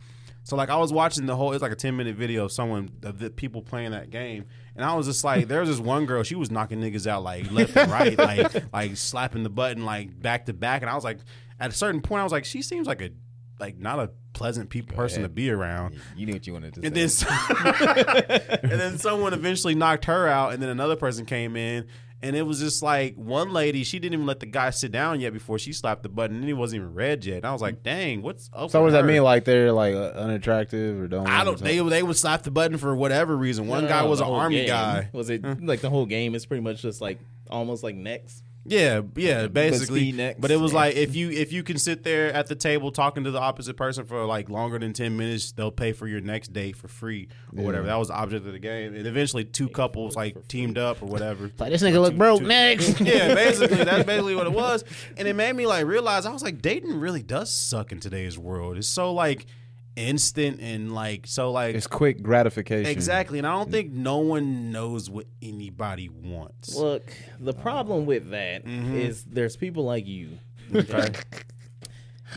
So like I was watching the whole it's like a 10 minute video of someone of the people playing that game and I was just like there was this one girl she was knocking niggas out like left and right like like slapping the button like back to back and I was like at a certain point I was like she seems like a like not a pleasant pe- person to be around.
You knew what you wanted to
And
say.
then, and then someone eventually knocked her out, and then another person came in, and it was just like one lady. She didn't even let the guy sit down yet before she slapped the button, and he wasn't even red yet. And I was like, "Dang, what's up?"
So what
with
does that
her?
mean? Like they're like uh, unattractive or don't?
I
wanna
don't.
talk-
They they would slap the button for whatever reason. One
No,
guy
no,
was
Oh, the
an
whole
army
game.
guy.
Was it like the whole game is pretty much just like almost like next?
Yeah, yeah, basically.
speed next.
But it was
Yeah.
like if you if you can sit there at the table talking to the opposite person for like longer than ten minutes, they'll pay for your next date for free or whatever. That was the object of the game. And eventually, two couples like teamed up or whatever.
Like this nigga look broke. Next.
yeah, basically that's basically what it was, and it made me like realize I was like dating really does suck in today's world. It's so like instant and like so like
It's quick gratification.
exactly, and I don't think no one knows what anybody wants.
Look, the problem with that is there's people like you.
Mm-hmm. okay.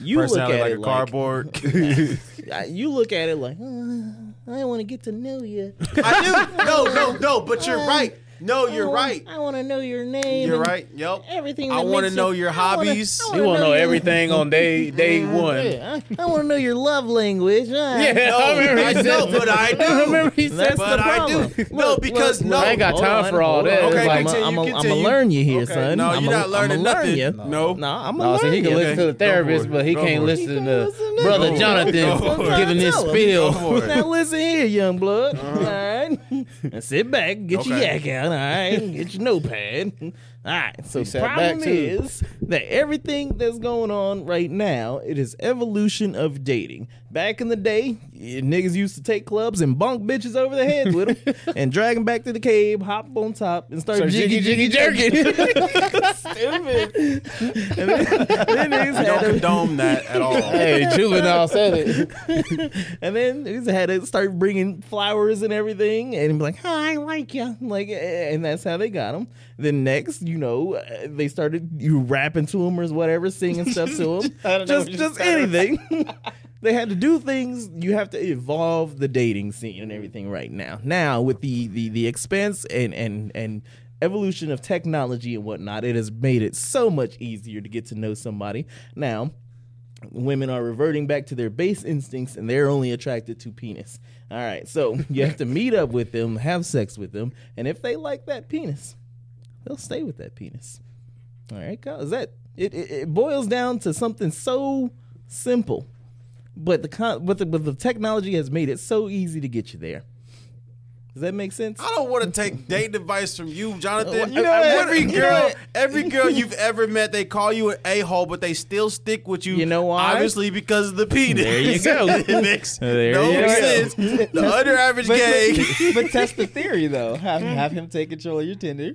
You look at
Personality
it
like a
like
cardboard.
I- you look at it like uh, I want to get to know you.
I do. No, no, no. But you're right. No, you're right.
Uh, oh, I want to know your name.
You're
and
right. Yep.
Everything.
I
that
want to
makes
know
you-
your
I wanna-
hobbies.
I
You
wanna
want to know
you.
everything on day day one.
Yeah, I, I want to know your love language. Uh,
Yeah,
No,
I remember he
I
said
know,
that.
but I do.
I remember he said
That's the
But I do.
problem.
No, because no.
I ain't got
hold
time for all
hold
that.
on.
Okay,
I'm
continue,
gonna
continue.
learn you here,
Okay.
son.
No, you're
I'ma-
not learning
I'ma learn
nothing.
You.
No.
no, I'm gonna
No,
learn
Oh, see, he can
you.
listen to the therapist,
Go for it.
but he
Go
can't
for it.
listen to
He can't listen to
brother
it.
Jonathan
Go for it.
giving his
Tell him.
spiel.
Go for it.
Now listen here, young blood.
Uh-huh.
All right, and sit back, get your
Okay.
yak out. All right, get your notepad. All right. So
He
the
sat back,
problem
too.
is that everything that's going on right now, it is evolution of dating. Back in the day, yeah, niggas used to take clubs and bonk bitches over the head with them, and drag them back to the cave, hop on top, and start
So
jiggy
jiggy jiggy jerking.
And then, then niggas
I
had
don't
to-
condone that at all.
hey, juvenile said it.
and then niggas had to start bringing flowers and everything, and be like, "Hi, I like you," like, eh, and that's how they got them. Then next, you know, uh, they started you rapping to them or whatever, singing stuff to them,
don't know
just
what you
just
said.
anything. they had to do things. You have to evolve the dating scene and everything right now. Now with the the the expense and and and evolution of technology and whatnot, it has made it so much easier to get to know somebody. Now women are reverting back to their base instincts and they're only attracted to penis. All right, so you have to meet up with them, have sex with them, and if they like that penis, they'll stay with that penis. All right, cause that it, it, it boils down to something so simple, but the con- but the, but the technology has made it so easy to get you there. Does that make sense?
I don't want to take dating advice from you, Jonathan.
You know what?
every
You know
girl,
what?
every girl you've ever met, they call you an a hole, but they still stick with you.
You know why?
Obviously, because of the penis. There
you go.
it makes
There
no
you go.
sense. The under average gay.
but test the theory though. Have, have him take control of your Tinder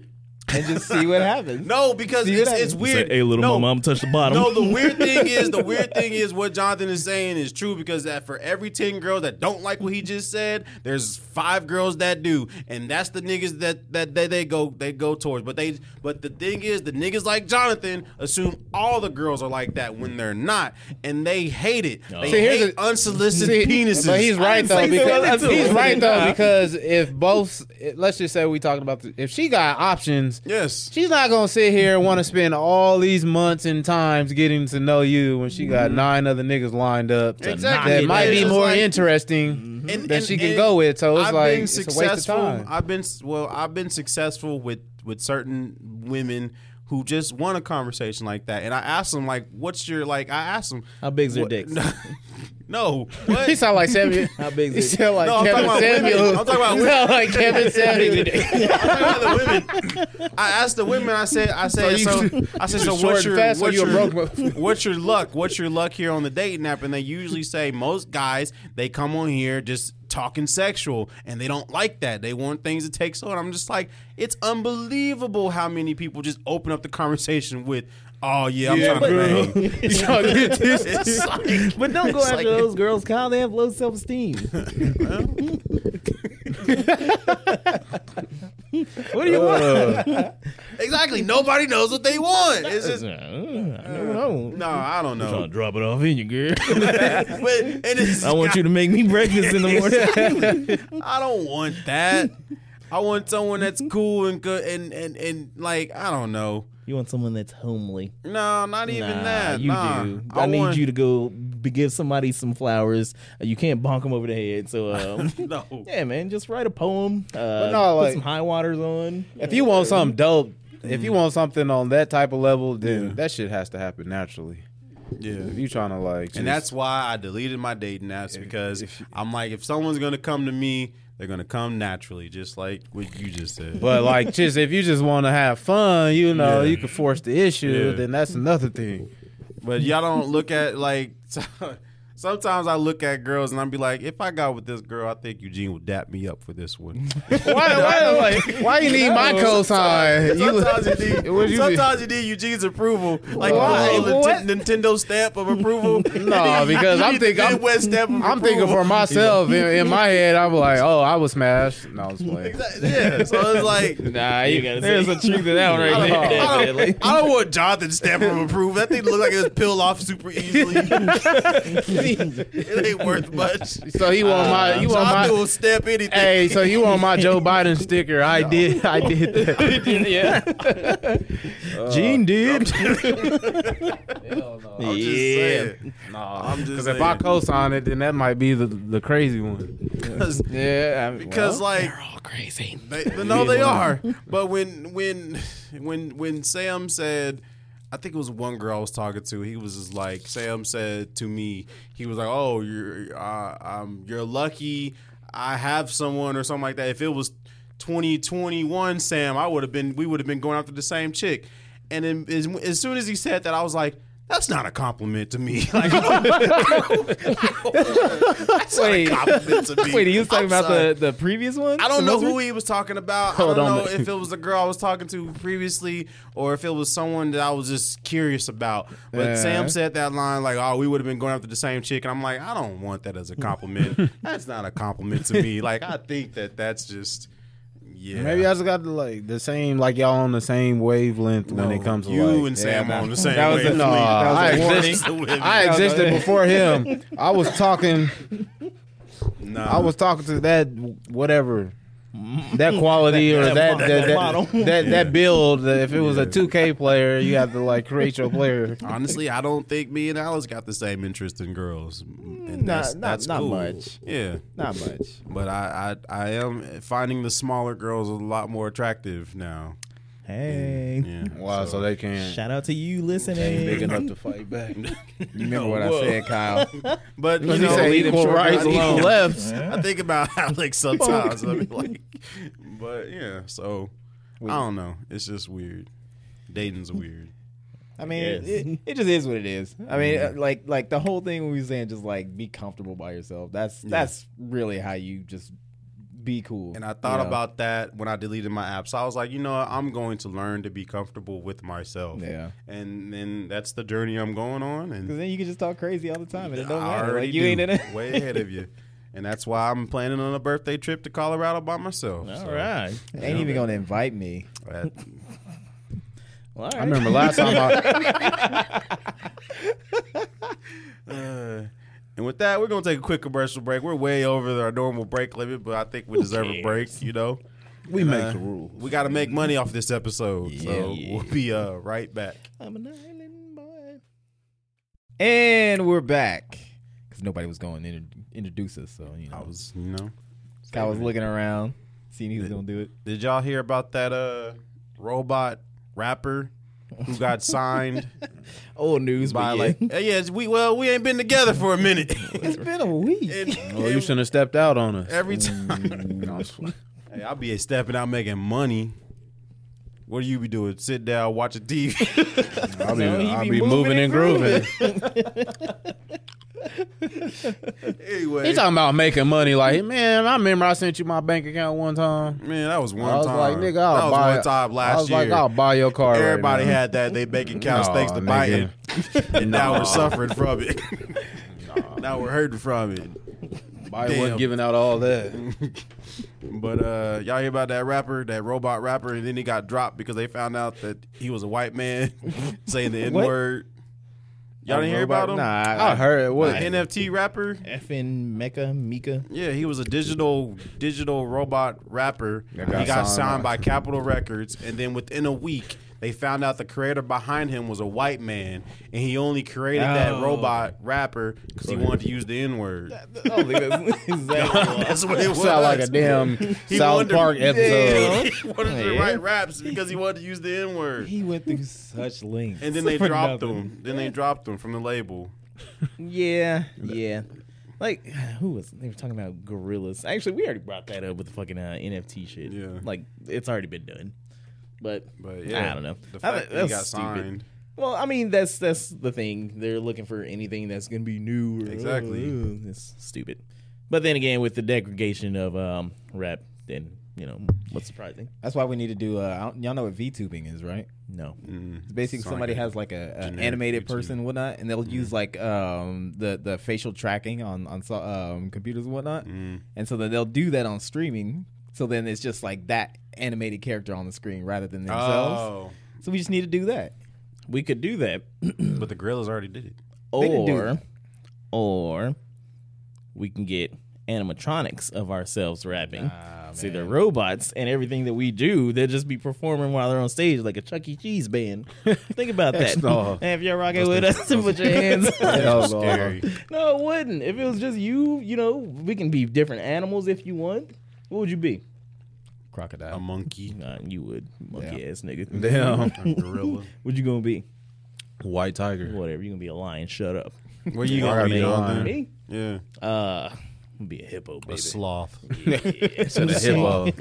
and just see what happens.
No, because
See,
it's,
that-
it's weird.
Say, "Hey, little
no,
mama, I'ma touch the bottom."
No, the weird thing is, the weird thing is what Jonathan is saying is true because that for every ten girls that don't like what he just said, there's five girls that do, and that's the niggas that that they, they go they go towards. But they but the thing is, the niggas like Jonathan assume all the girls are like that when they're not, and they hate it. They
See, here's
hate
the-
unsolicited
See,
penises.
But he's right though.
say that
Because,
was a
he's
two.
right though
Nah.
because if both, let's just say we talking about the, if she got options,
Yes.
she's not gonna sit here and want to spend all these months and times getting to know you when she got nine other niggas lined up
Mm-hmm. Exactly.
that might be
It's
more
like-
interesting
And-
that
and-
she can
and
go with. So it's
I've
like
been
it's a
successful.
waste of time.
I've been s- well. I've been successful with with certain women who just want a conversation like that. And I asked them like, "What's your like?" I asked them,
How big's their
what-
dicks?
no, what?
he sound like Samuel.
How big
He
is it?
sound like
No, I'm
Kevin
talking about women.
Samuels.
I'm talking about
He sound like Kevin Samuels.
I asked the women. I asked the women. I said, I said, so,
So you-
I said,
you
so
short
what's
and
your
fast, or
what's
you a
your
broke motherfucker?"
what's your luck? What's your luck here on the dating app? And they usually say most guys they come on here just talking sexual, and they don't like that. They want things to take so. And I'm just like, it's unbelievable how many people just open up the conversation with, oh yeah, I'm trying to bang.
You trying to get this-
It's like,
But don't go
It's
after
like-
those girls, Kyle. They have low self esteem. what do you want?
exactly. Nobody knows what they want. It's just
I know what I "Uh, don't.
No, I don't
I'm trying to
know.
drop it off in you, girl.
but and it's,
I want you to make me breakfast in the morning.
I don't want that. I want someone that's cool and good and and and like I don't know.
you want someone that's homely.
No, not even
nah,
that.
You
nah.
do. I, need you to go be, give somebody some flowers. Uh, You can't bonk them over the head. So, um,
No.
yeah, man, just write a poem. Uh,
no,
put
like-
some high waters on.
If you want something dope, if
Mm-hmm.
you want something on that type of level, then that shit has to happen naturally.
Yeah.
If you trying to like,
And that's why I deleted my dating apps because I'm like, if someone's gonna come to me, they're gonna come naturally, just like what you just said.
But like, just if you just want to have fun, you know,
Yeah.
you can force the issue.
Yeah.
Then that's another thing.
But y'all don't look at like. Sometimes I look at girls and i will be like, if I got with this girl, I think Eugene would dap me up for this one.
why, why, like, why you need my cosign? You,
Sometimes you need,
What you mean? Oh.
sometimes you need Eugene's approval, like
Why?
the little
What?
Nint- Nintendo stamp of approval.
no, because I'm thinking, I'm,
Midwest stamp of
I'm thinking for
approval.
myself. In, in my head, I'm like, oh, I was smashed. No, I was playing.
Yeah, so it's like
Nah,
You
you-
gotta
there's
say-
a truth to that one
I
right
don't,
there.
I don't-
Definitely.
I don't want Jonathan stamp of approval. That thing looked like it was peeled off super easily. it ain't worth much.
Uh, So he want my, you want my.
Jonathan will stamp anything.
Hey, so you want my Joe Biden sticker? I did, I did that.
yeah.
Uh,
Gene did.
I'm just saying.
No,
I'm just
because if I
saying.
co-sign it, then that might be the, the crazy one.
Because
Yeah. I mean,
because
well,
like
all crazy.
They, they- no, they are. But when when when when Sam said, I think it was one girl I was talking to. He was just like Sam said to me. He was like, "Oh, you're uh, um, you're lucky. I have someone or something like that. If it was 2021, Sam, I would have been. We would have been going after the same chick." And then as, as soon as he said that, I was like. That's not a compliment to me. Like, that's not a
Wait.
compliment to me.
wait, he was
I'm
talking about
sorry.
the, the previous one.
I don't
The
know
most
who he was talking about.
Hold
I don't
on,
know
man.
if it was the girl I was talking to previously or if it was someone that I was just curious about. But
Yeah.
Sam said that line like, "Oh, we would have been going after the same chick," and I'm like, I don't want that as a compliment. that's not a compliment to me. Like, I think that that's just yeah.
Maybe I just got the, like the same, like y'all on the same wavelength when it comes to
you
like,
and Sam
nah.
on the same
That was
wavelength.
a-
Nah,
That was a
I
warning.
exist-
Women.
I existed before him. I was talking.
Nah.
I was talking to that whatever that quality or
That-
that
that
that
model.
that, that, that build. that If it was a
Yeah.
2K player, you had to like create your player.
Honestly, I don't think me and Alice got the same interest in girls. And that's,
not-
that's
not
cool.
much.
Yeah.
Not much.
But I, I I am finding the smaller girls a lot more attractive now.
Hey.
Yeah.
Wow, so, they can't.
Shout out to you
Big
listening.
enough to fight back.
You remember what I said, Kyle?
But you
Because he
know,
said equal
short
rights,
guys
equal
alone.
lefts.
I think about Alex sometimes. I mean, like, but yeah. So I don't know. It's just weird. Dating's weird.
I mean,
Yes.
it, it just is what it is. I mean, uh like like the whole thing we were saying, just like be comfortable by yourself. That's that's really how you just be cool.
And I thought
you know?
about that when I deleted my app. So I was like, you know, what? I'm going to learn to be comfortable with myself.
yeah,
And then that's the journey I'm going on. And
because then you can just talk crazy all the time, and it don't
I
matter.
already
Like you
do.
ain't in it.
way ahead of you. And that's why I'm planning on a birthday trip to Colorado by myself.
All
So,
right.
Ain't even gonna invite me.
that-
Well, all right.
I remember last time I
Uh, and with that, we're gonna take a quick commercial break. We're way over our normal break limit, but I think we deserve a break. You know,
we
Uh,
make the rules.
we got to make money off this episode, so we'll be uh, right back.
I'm an island boy.
And we're back because nobody was going to inter- introduce us. So you know,
I was, you know,
I was looking around, seeing who's gonna do it.
Did y'all hear about that uh robot rapper who got signed
Old news,
by
but yeah.
like? Uh, yeah, we well we ain't been together for a minute.
It's been a week.
And-
Oh, you shouldn't have stepped out on us.
every time.
No, I'm just-
Hey, I'll be stepping out making money. What do you be doing? Sit down, watching TV.
I'll be,
No, he
I'll
be
be
moving
moving and
and
grooving.
anyway,
He's talking about making money. Like, man, I remember I sent you my bank account one time.
Man, that was one
I was
time.
like, nigga,
that
I'll
was
buy.
one time last
I was
year.
like, I'll buy your car. right
Everybody
now.
had that. They making cow
Nah,
steaks to buy it,
nigga.
and now we're suffering from it. now we're hurting from it.
Everybody
Damn.
wasn't giving out all that.
But uh, y'all hear about that rapper, that robot rapper, and then he got dropped because they found out that he was a white man saying the N
What?
word. Y'all didn't hear about him?
Nah,
I heard it.
The
What?
NFT rapper.
FN Mecca Mika.
Yeah, he was a digital digital robot rapper.
That got
he got
signed
signed
by-
by Capitol Records, and then within a week, they found out the creator behind him was a white man, and he only created that
Oh.
robot rapper because he wanted to use the N word.
I don't think that's exactly
That's what it was.
Sound like a damn
He
South
wanted-
Park episode.
he wanted to
Yeah.
write raps because he wanted to use the N word,
he went through such lengths.
and then they
for
dropped
nothing.
him. Then they dropped him from the label.
Yeah, yeah. Like who was they were talking about gorillas? Actually, we already brought that up with the fucking uh, NFT shit.
Yeah.
like it's already been done. But
But yeah,
I don't know.
The
I-
fact that he
that's
got
stupid.
signed.
well, I mean that's that's the thing. They're looking for anything that's gonna be new. Or,
Exactly.
"Oh, it's stupid. But then again, with the degradation of um rap, then you know what's surprising?
That's why we need to do. Uh, I don't- y'all know what VTubing is, right?
No.
Mm.
It's basically
Sound
somebody
like a Mm-hmm.
has like a, a
generic
animated
VTuber.
person and whatnot, and they'll use like um the the facial tracking on on so- um, computers and whatnot,
Mm.
and so then they'll do that on streaming. So then it's just like that animated character on the screen rather than themselves.
Oh,
So we just need to do that.
We could do that,
but the gorillas already did it.
didn't do
or
that.
or we can get animatronics of ourselves rapping. See, they're robots, and everything that we do, they'll just be performing while they're on stage like a Chuck E. Cheese band. Think about that.
no.
And if you're rocking with us, and put your hands.
Oh,
That's
Lord.
scary.
no, it wouldn't. If it was just you, you know, we can be different animals if you want. What would you be?
A
Crocodile.
monkey,
Nah, you would, monkey ass nigga.
Damn.
a gorilla.
What you gonna be?
White tiger.
Whatever. You gonna be a lion? Shut up.
Where you
I gotta
gonna be
be
on
lying.
then?
Me?
Yeah,
Uh, I'm be a hippo, baby.
a sloth.
Said a hippo.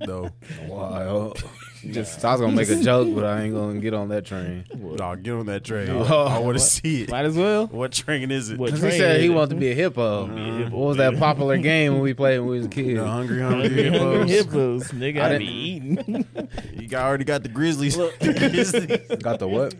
No,
Wild. Just I was gonna make a joke, but I ain't gonna get on that train.
no, get on that train. I want to see it.
Might as well.
What train is it?
What
Cause he
train
said
is
he
it?
wanted to be a hippo. What was that popular game when we played when we was kids?
The hungry, hungry
Hungry
hippos.
hippos, nigga.
I
I be
didn't-
eating.
You got, already got the grizzlies. The grizzlies.
Got the what?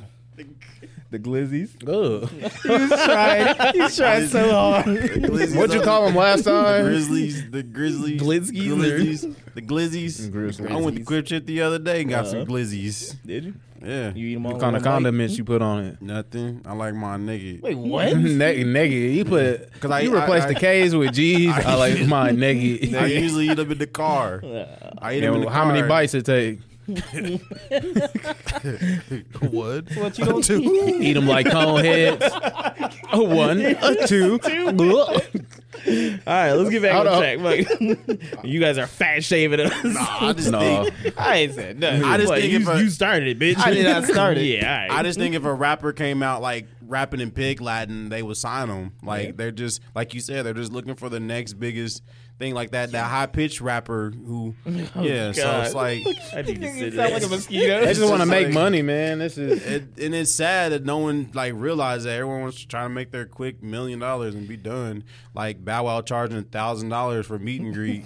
The glizzies.
Ugh.
Tried. He's tried so hard.
The glizzies
What'd you
are-
call him last
The
time?
grizzlies. The grizzlies.
Glizgies or-
Glizzies. The glizzies.
Grizzlies.
I went to Crib Trip the other day and got some
Uh-huh.
glizzies.
Did you?
Yeah.
You eat them all?
What
in
kind
one
of
bite?
condiments you put on it?
Nothing. I like my nigga.
Wait, what?
Neg- Neggy. You put
'Cause I-
you replaced
I-
the K's with G's. I,
I-
like my
I
neggy.
usually eat them in the car.
Uh,
I eat them in
And
the
how
car.
many bites it take?
What?
What you don't
Eat them like cone heads. A one, a two. Ugh.
all right, let's get back
Hold
on
up.
track. Look, you guys are fat shaving us.
I just
No.
think
I ain't said nothing.
I just
What,
think
you,
if a-
you started it, bitch.
I did not start it.
yeah, all
I
right.
just think if a rapper came out like rapping in pig Latin, they would sign them. Like they're just like you said, they're just looking for the next biggest thing like that. That high pitched rapper who, yeah. So
God.
it's like,
I need to sit
sound like a
down.
mosquito.
They just want to
Just
make
like-
money, man. This is
it, and it's sad that no one like realized that everyone was trying to make their quick million dollars and be done. Like Bow Wow charging thousand dollars for meet and greet.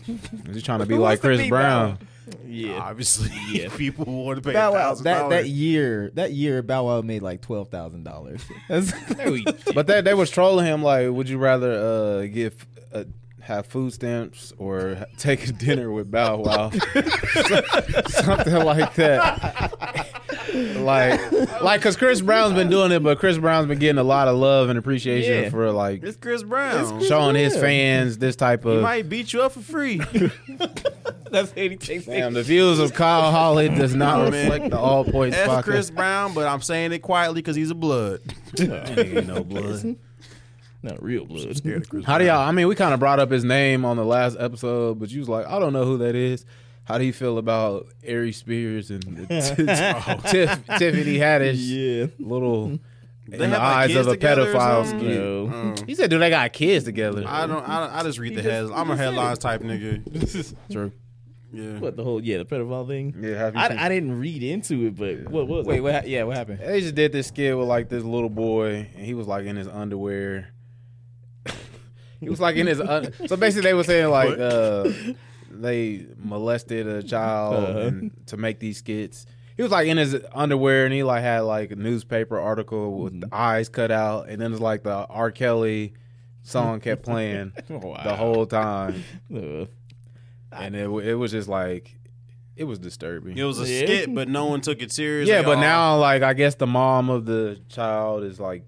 just trying to be
Who
like
wants to
Chris
be
Brown.
Yeah.
Obviously,
Yeah.
people want to pay
Bow Wow.
thousand
That that
dollars.
year, that year, Bow Wow made like twelve thousand dollars.
But that they was trolling him like, would you rather uh, get f- uh, have food stamps or ha- take a dinner with Bow Wow, something like that? Like, like, cause Chris Brown's been doing it, but Chris Brown's been getting a lot of love and appreciation
Yeah.
for like
It's Chris Brown.
showing his
Brown.
fans this type
he
of.
might beat you up for free.
That's 86.
Damn, the views of Kyle Holly does not
Oh, man.
reflect the all points
F
pocket.
Chris Brown, but I'm saying it quietly because he's a blood. ain't no blood.
No, real blood.
How do y'all? I mean, we kind of brought up his name on the last episode, but you was like, I don't know who that is. How do you feel about Ari Spears and the t- Tiff, Tiffany Haddish?
Yeah.
Little
They
in the
have, like,
eyes
kids
of a
together or
pedophile.
something?
skit.
No.
He said, "Do they got kids together?"
I don't. I, don't- I just read the heads. I'm a headlines type nigga.
True.
Yeah.
What the whole, yeah, the pedophile thing?
Yeah, have you seen-
I, I didn't read into it, but what was
Wait,
it?
what? Yeah, what happened?
They just did this skit with like this little boy, and he was like in his underwear. he was like in his un- so basically they were saying like uh, they molested a child
Uh-huh.
and, to make these skits. He was like in his underwear, and he like had like a newspaper article with the eyes cut out, and then it's like the R. Kelly song kept playing
Oh,
the whole time,
Uh,
and it wa- it was just like it was disturbing.
It was a
Yeah.
skit, but no one took it serious.
Yeah,
Like,
but
oh,
now like I guess the mom of the child is like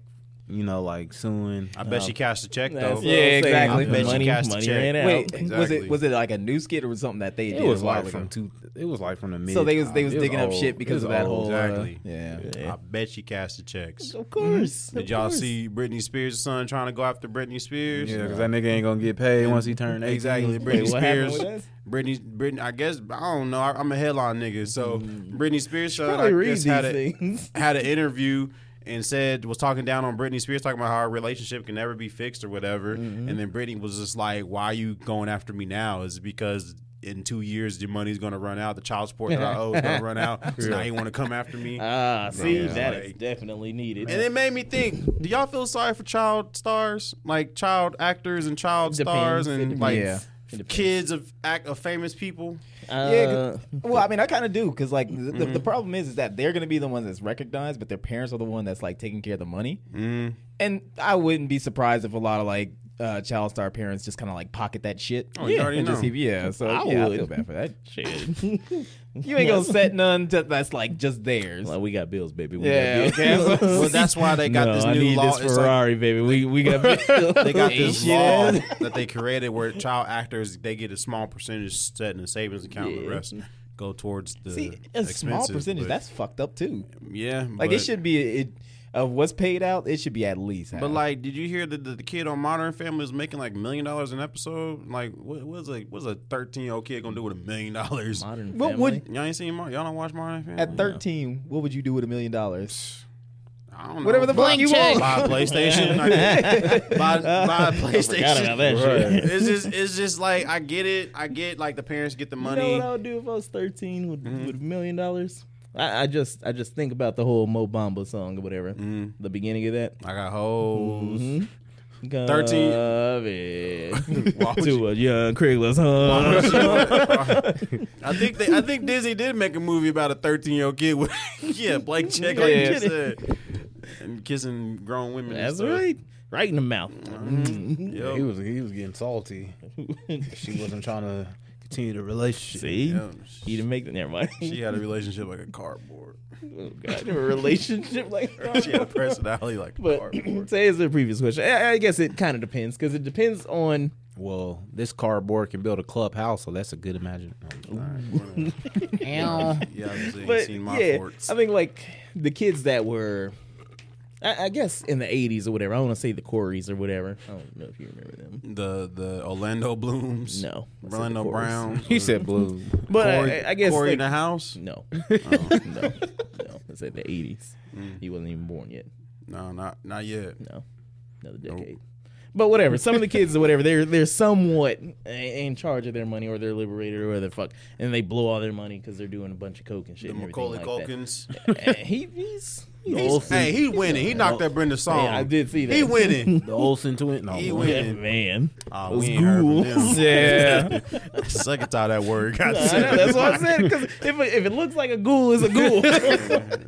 you know, like suing.
I bet she cashed a check
Oh. That's
though.
what I'm saying.
exactly.
I bet
Money,
she cashed a
money
check.
ran out.
Wait, was
Exactly.
it was it like a new skit or something that they
It
did?
was
a while
like
ago?
from two. It was like from the mid.
So they was they was
it
digging up
old.
shit because
It
of
was
that
old.
whole uh,
Exactly.
yeah.
I bet she cashed the checks.
Of course.
Did y'all see Britney Spears' son trying to go after Britney Spears?
Yeah, because that nigga ain't gonna get paid once he turned 18.
Exactly. Britney
Wait, what happened
Spears.
with us?
Britney, Britney. I guess I don't know. I, am a headline nigga, so Britney Spears son,
Mm. Probably
I
read
guess
these
had a,
things.
had an interview and said was talking down on Britney Spears, talking about how our relationship can never be fixed or whatever.
Mm-hmm.
And then Britney was just like, "Why are you going after me now? Is it because in two years your money's going to run out? The child support that I owe is going to run out. So now you want to come after me?"
Ah, see,
Yeah.
that is
Like-
definitely needed.
and it made me think: Do y'all feel sorry for child stars, like child actors and child stars,
Depends. It
and
depends.
like
Yeah.
kids of act of famous people?
Yeah,
Uh,
'cause- well, I mean, I kind of do because like the, the, the problem is is that they're gonna be the ones that's recognized, but their parents are the one that's like taking care of the money.
Mm.
And I wouldn't be surprised if a lot of like uh, child star parents just kind of like pocket that shit.
Oh, you already
and just
know.
keep- yeah. So
I
yeah, I
would.
feel bad for that.
shit.
You ain't gonna set none to, that's like just theirs.
Well, we got bills, baby. We
Yeah,
Got
okay.
bills.
Well, that's why they got
No,
this
I
new
need
law.
this
It's like-
Ferrari, baby. We we got bills.
they got
Ain't
this
shit
law
ass.
that they created where child actors they get a small percentage set in a savings account. and The
Yeah.
rest go towards the
See, a
expenses.
small percentage
but-
that's fucked up too.
yeah,
Like
but,
it should be it of what's paid out. It should be at least.
But
half.
like, did you hear that the, the kid on Modern Family was making like a million dollars an episode? Like, what was a what's a thirteen year old kid gonna do with a million dollars?
Modern
What would-
Family.
Y'all ain't seen Mar- y'all don't watch Modern Family?
at thirteen, what would you do with a million dollars?
I don't know.
Whatever the fuck
Blank
you
check.
want.
buy a PlayStation. Like, buy, buy a PlayStation.
forgot about that shit.
It's just it's just like I get it. I get like the parents get the money. Mm-hmm.
You know what I would do if I was thirteen with with a million dollars? I, I just I just think about the whole Mo Bamba song or whatever.
Mhm.
The beginning of that.
I got hoes. Thirteen-
13
Why would
to
you-
a young Craigslist huh?
I think they, I think Disney did make a movie about a 13 year old kid with yeah blank check like
Yeah.
you said and kissing grown women. and
That's
stuff.
right. Right in the mouth. Mm,
Yeah,
Yep.
he was he was getting salty. She wasn't trying to continue the relationship.
See?
Yep.
He didn't make the never mind.
She had a relationship like a cardboard.
oh God, a relationship like that.
She had a personality like a
But
cardboard.
to answer the previous question, I, I guess it kind of depends because it depends on
Well, this cardboard can build a clubhouse, so that's a good imagine.
Ow.
Yeah, obviously ain't
but
seen my
yeah,
forts.
I think like the kids that were, I, I guess in the '80s or whatever. I want to say the Corys or whatever. I don't know if you remember them.
the the Orlando Blooms.
No, I said
Orlando
the Corys.
Brown.
He said blue.
But I-
Corey,
I, I guess
Corey
like,
in the house.
no, no, no. I said the '80s.
Mm.
He wasn't even born yet.
No, not not yet.
No, another decade. But whatever, some of the kids or whatever, they're they're somewhat i- in charge of their money or their liberator or whatever the fuck, and they blow all their money because they're doing a bunch of coke and shit.
The
and
Macaulay
everything like
Culkins.
That. And he, he's, he's
He's- hey, he winning. He knocked that Brenda song.
Yeah, I did see that.
He winning.
The Olsen twin. No,
He
boy.
went-
Yeah, man.
Oh, we
Those
ain't heard from
ghouls.
them.
Yeah.
Second time that word got
I know,
said.
that's what I said. Because if, it- if it looks like a ghoul, it's a ghoul.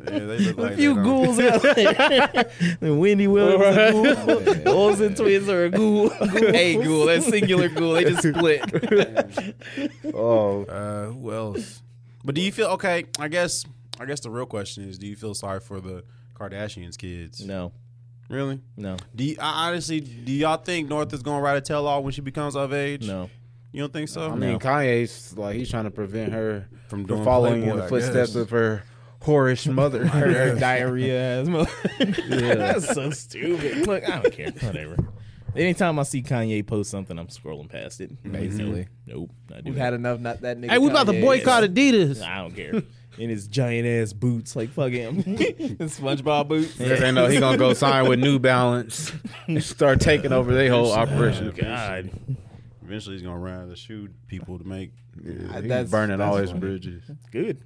Yeah, they look like
a few
that, don't
ghouls out there. And Wendy Williams is a ghoul. Olsen twins are a ghoul.
Hey, ghoul, that singular ghoul, they just split.
Oh,
they? Uh, who else? But do you feel okay? I guess. I guess the real question is: Do you feel sorry for the Kardashians' kids?
No,
Really?
no,
Do you, I, honestly? Do y'all think North is gonna write a tell-all when she becomes of age?
no.
You don't think so?
I mean, Kanye's like he's trying to prevent her
From
from,
doing
following in
Playboy,
the
I
footsteps
guess.
of her whorish mother.
Her diarrhea as well.
That's so stupid. Look, I don't care. Whatever. Anytime I see Kanye post something, I'm scrolling past it.
Basically.
Nope. Not doing
We've had enough, not that nigga.
hey, we about to
Kanye.
boycott Adidas.
it. I don't care. In his giant ass boots, like fuck him.
SpongeBob boots.
Because they know he gonna go sign with New Balance and start taking over their whole operation.
God.
Oh, Eventually, he's gonna run out of shoe people to make.
He's
That's-
burning all
that's
his
funny.
bridges.
Good.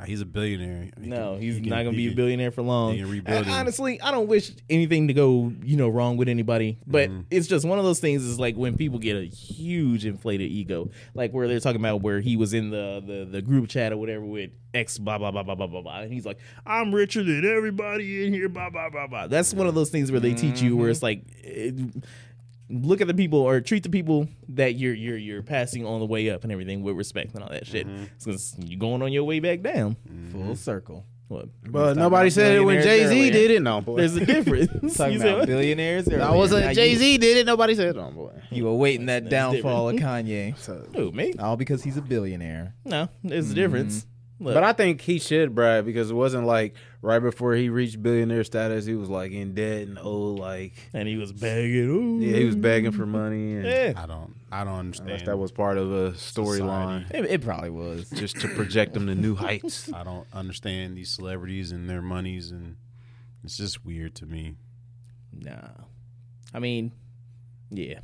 Uh, He's a billionaire. He
No,
can-
he's
he can-
not gonna
he
be a
can-
billionaire for long.
he can rebuild
I-
it.
honestly, I don't wish anything to go, you know, wrong with anybody. But
Mm-hmm.
it's just one of those things. Is like when people get a huge inflated ego, like where they're talking about where he was in the the, the group chat or whatever with X blah blah blah blah blah blah blah, and he's like, I'm richer than everybody in here. Blah blah blah blah. That's one of those things where they teach you where it's like.
Mm-hmm.
It, Look at the people, or treat the people that you're you're you're passing on
Mm-hmm.
the
Mm.
way up and everything with respect and all that shit. 'Cause you're going on your way back down
Full circle.
What?
But nobody said it when Jay Z did it. No, boy.
There's a difference.
Talking
You said
about
what?
billionaires.
I
earlier. Now
wasn't
you-
Jay Z did it. Nobody said it. No, boy.
You were waiting that
That's different.
downfall of Kanye,
So,
Who, me?
all because he's a billionaire.
No, there's a difference.
Mm-hmm.
Look,
but I think he should brag because it wasn't like right before he reached billionaire status, he was like in debt and old. Like
and he was begging. Ooh.
yeah, he was begging for money, and
Yeah.
I don't. I don't
unless
understand.
that was part of a storyline
It, it probably was.
just to project him to new heights.
I don't understand these celebrities and their monies, and it's just weird to me.
Nah. I mean, yeah.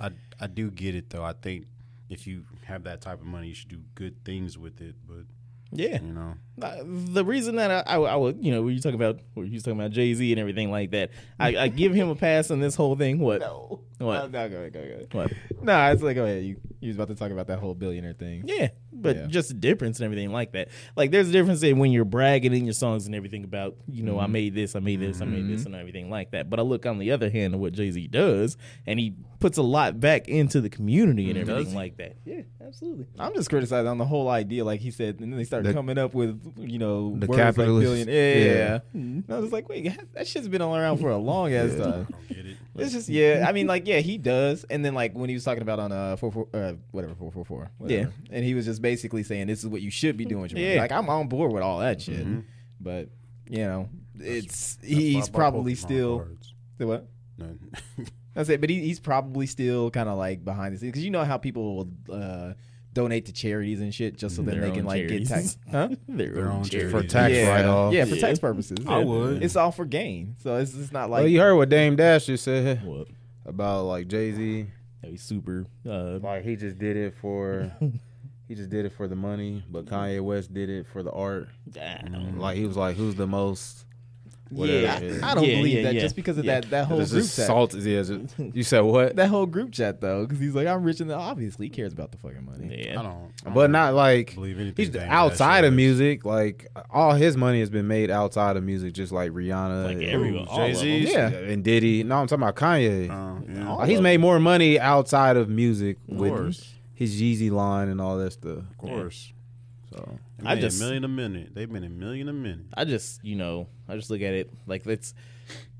I I do get it though. I think if you have that type of money, you should do good things with it. But
Yeah.
you know,
Uh, the reason that I, I, I would, you know, when you talking about, when you talking about Jay Z and everything like that, I, I give him a pass on this whole thing. What?
No.
What?
No, go ahead, go ahead, go ahead.
What?
Nah, it's like, go ahead. You, you was about to talk about that whole billionaire thing.
Yeah, but
Yeah.
just the difference and everything like that. Like, there's a difference in when you're bragging in your songs and everything about, you know,
Mm-hmm.
I made this, I made this, I made this, and everything like that. But I look on the other hand at what Jay Z does, and he puts a lot back into the community
Mm,
and everything like that. Yeah, absolutely.
I'm just criticizing on the whole idea, like he said, and then they started
The-
coming up with, you know,
The
words like
capitalist-
billion-
yeah.
Yeah. And I was like, wait, that shit's been all around for a long ass time.
I don't get it.
It's just yeah. I mean, like yeah, he does. And then like when he was talking about on uh four four uh, whatever four four four. whatever. And he was just basically saying this is what you should be doing. With your money.
Yeah.
Like I'm on board with all that shit. But you know, it's he's
Mm-hmm. That's why I bought
probably
Pokemon
still
cards.
the what.
No.
That's it. But he, he's probably still kind of like behind the scenes because you know how people will uh, donate to charities and shit just so then
Their
they can
own
like
charities.
get tax. Huh?
Their own
for
charity.
tax
yeah.
write-off.
Yeah, for
Yeah.
tax purposes.
I would.
It's all for gain. So it's it's not like
well, you heard what Dame Dash just said
What?
about like Jay Z.
That was super. Uh,
Like he just did it for, he just did it for the money. But Kanye West did it for the art.
I don't-
Like he was like, who's the most? Whatever
yeah,
it is.
I don't
Yeah,
believe
yeah,
that
yeah.
just because of
Yeah.
that that whole
It's
group
just
chat.
salt. Yeah, it's just- you said what?
that whole group chat though, because he's like, I'm rich and obviously he cares about the fucking money.
yeah.
I don't. I
But
don't
not like
believe anything.
he's
Dame Dash
outside of
says.
music. Like all his money has been made outside of music, just like Rihanna,
Like
and-
everyone, all of
Jay-Z?
them.
yeah, and Diddy. No, I'm talking about Kanye.
Uh, yeah.
Like, he's made more money outside of music with
course.
his Yeezy line and all that stuff.
Of course.
So
They
I
made
just-
a million a minute. They've been a million a minute.
I just, you know, I just look at it like that's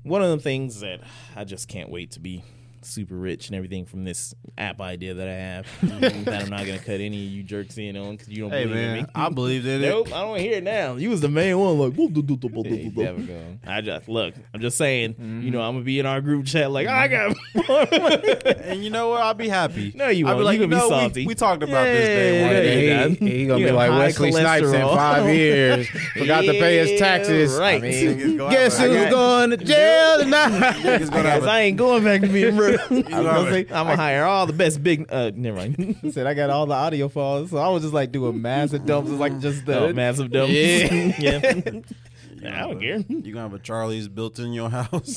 one of the things that I just can't wait to be super rich and everything from this app idea that I have that I'm not gonna cut any of you jerks in on because you don't
Hey
believe in
man,
me.
I believed in it.
nope, I don't hear it now. You was the main one, like. "Whoop, doop, doop, doop, doop,
Yeah, you
doop, doop."
never go.
I just look. I'm just saying.
Mm-hmm.
You know, I'm gonna be in our group chat like I got more money.
And you know what? I'll be happy.
No, you
I'll
won't. You gonna be
"No, we-
salty."
We, talked about this day
Yeah,
one
yeah,
day.
yeah.
he,
Dad.
he, he gonna
You
be
have
like
high
Wesley Snipes in
cholesterol.
five years. Forgot to pay his taxes.
Yeah, right.
I mean,
Niggas go
Guess
have a-
who's
got-
going to jail tonight?
Niggas gonna have
Because
a-
I ain't going back to being broke. I'm
gonna
gonna say, I'm gonna hire all the best big. Uh, never mind.
He said I got all the audio files, so I was just like doing massive dumps, it's like just the
Oh, massive dumb.
Yeah.
yeah.
you
I
gonna
don't
have a-
care.
You gonna have a Charlie's built in your house?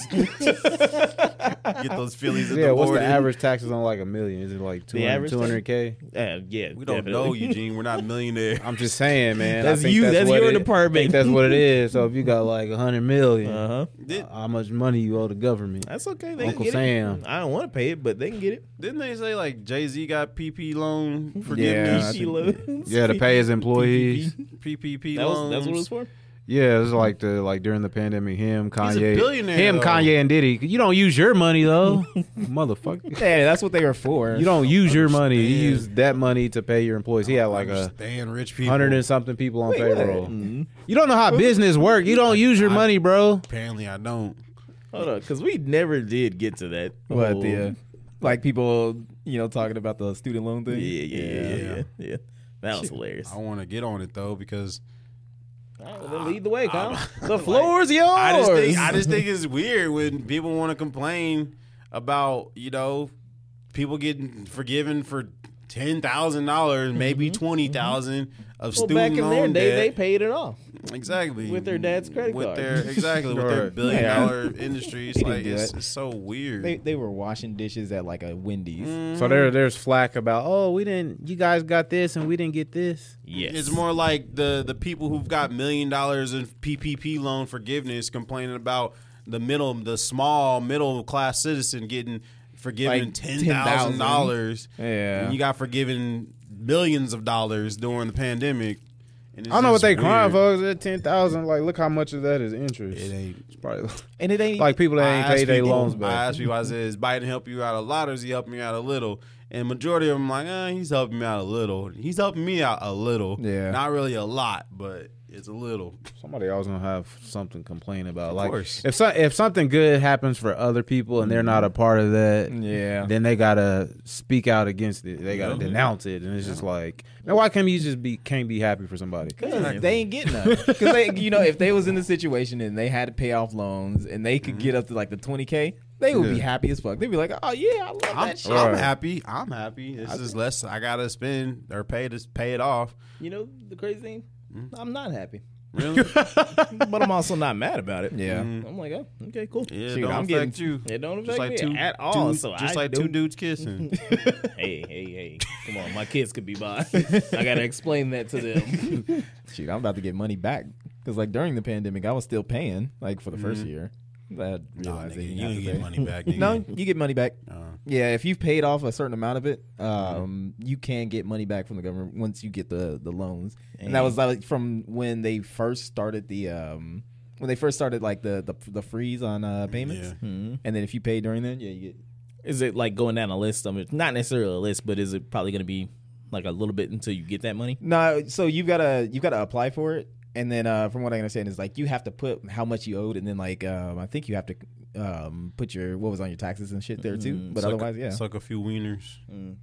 Get those Phillies in
yeah,
the
what's the
morning.
average taxes on like a million? Is it like
The
200,
average tax-
200K?
Uh, yeah,
We don't know,
definitely.
Eugene. We're not millionaire.
I'm just saying, man. I
That's
think
you- that's
what
your
it-
department.
I think that's what it is. So if you got like a hundred million,
Uh huh.
Did,
how much money you owe the government?
That's okay. They
Uncle
can get
Sam.
It. I don't want to pay it, but they can get it.
didn't they say like Jay Z got PP loan
Yeah, I
forgiveness?
think-
loans.
Yeah, to pay his employees.
PPP
That was
loans.
that's what it was for.
Yeah, it was like the like during the pandemic, him, Kanye,
Mm-hmm. He's a billionaire,
him,
though.
Kanye, and Diddy. You don't use your money though, motherfucker.
yeah, that's what they were for.
You don't use your money. You
understand.
use that money to pay your employees. He had like a
Understand rich people.
hundred and something people on
what?
payroll. You don't know how business work. You don't use your
Mm-hmm. I-
money, bro.
Apparently, I don't.
Hold on, because we never did get to that.
What
whole-
the uh, like people, you know, talking about the student loan
Yeah,
thing.
yeah, yeah, yeah,
Yeah.
yeah, yeah. That was hilarious.
I want to get on it though because
All right, well, lead the way, Kyle.
The floor's yours.
I just think I just think it's weird when people want to complain about you know people getting forgiven for ten thousand dollars, maybe twenty thousand of
Mm-hmm. well,
student
back in their
loan
day, they
debt.
paid it off.
exactly
with their dad's credit
with
card.
Their, exactly with their
Right.
billion
Yeah.
dollar industry. It's
didn't
like
do
it's,
that.
it's so weird.
They they were washing dishes at like a Wendy's.
Mm-hmm.
so there, there's flack about oh we didn't you guys got this and we didn't get this.
Yes,
It's more like the the people who've got million dollars in PPP loan forgiveness complaining about the middle, the small middle class citizen getting forgiven
Like
ten thousand dollars.
Yeah.
and you got forgiven millions of dollars during the pandemic, And it's
I don't know what
just
they crying
weird.
for. Is it ten thousand? Like, look how much of that is interest.
It ain't.
It's probably
and it ain't
like people
I
that ain't
asked
paid their
people-
loans
I
back.
asked people, I said, is Biden helping you out a lot or is he helping you out a little? And majority of them like, eh, he's helping me out a little. He's helping me out a little.
Yeah.
Not really a lot, but it's a little.
Somebody always gonna have something to complain about.
Of
like,
course.
if so, if something good happens for other people and they're not a part of that,
yeah.
then they gotta speak out against it. They gotta denounce it, and it's just like, man, why can't you just be can't be happy for somebody?
Cause they ain't getting none. Cause they, you know, if they was in the situation and they had to pay off loans and they could get up to like the twenty k, they would be
Yeah.
happy as fuck. They'd be like, "Oh yeah, I love
I'm,
that shit."
I'm
Right.
happy. I'm happy. It's just less I gotta spend or pay to pay it off.
You know the crazy thing? I'm not happy,
Really?
but I'm also not mad about it.
Yeah.
I'm like, oh, okay, cool.
Yeah,
Shoot,
don't
I'm
affect
getting-
you.
It don't affect
Just like
me
two
at all.
dudes-
so
just
I
like
don't-
two dudes kissing.
hey, hey, hey! Come on, my kids could be by. I gotta explain that to them.
Shoot, I'm about to get money back. Cause like during the pandemic, I was still paying like for the first year. That
Mm-hmm. Nah,
realized
nigga,
that you
you
have
ain't
to
get
pay.
money back. Nigga.
No, you get money back.
Uh,
Yeah, if you've paid off a certain amount of it,
Mm-hmm.
um, you can get money back from the government once you get the the loans. And that was like from when they first started the um, when they first started like the the, the freeze on uh, payments.
Yeah.
And then if you pay during then, yeah, you get
Is it like going down a list? I mean, not necessarily a list, but is it probably gonna be like a little bit until you get that money?
no. So you've gotta you've gotta apply for it, and then uh, from what I understand is like you have to put how much you owed, and then like um, I think you have to um, put your what was on your taxes and shit there too.
Mm,
but
suck a-
otherwise, yeah.
Suck a few wieners.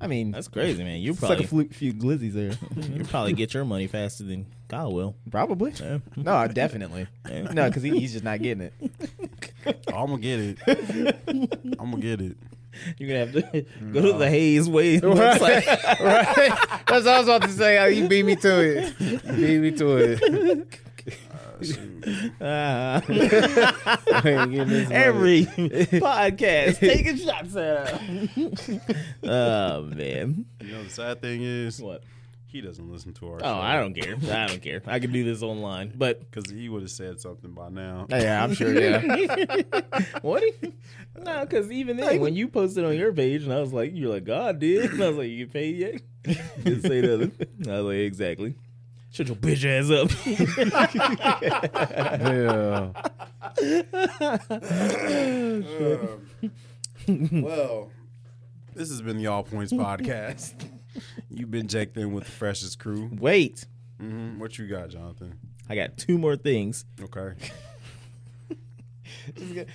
I mean,
That's crazy, man. You
suck
probably
a flu- few glizzies there.
you probably get your money faster than Kyle will.
Probably. No, definitely. No, because he, he's just not getting it.
I'm gonna get it. I'm gonna get it.
You're gonna have to go to the Hayes way. website.
right? That's what I was about to say. How you beat me to it. Beat me to it. I
Ah.
ain't getting this money.
every podcast taking shots at her. oh man,
You know the sad thing is
what?
he doesn't listen to our.
Oh, I don't care. I don't care. I can do this online, but
Because he would have said something by now.
Yeah, I'm sure. Yeah.
what? No, because even then, when you posted on your page, and I was like, you're like, God did, and I was like, you get paid yet? Didn't say nothing. I was like, exactly. Shut your bitch ass up.
Yeah.
Um, well, this has been the All Points podcast. You've been checked in with the freshest crew.
Wait, Mm-hmm.
hmm What you got, Jonathan?
I got two more things.
Okay.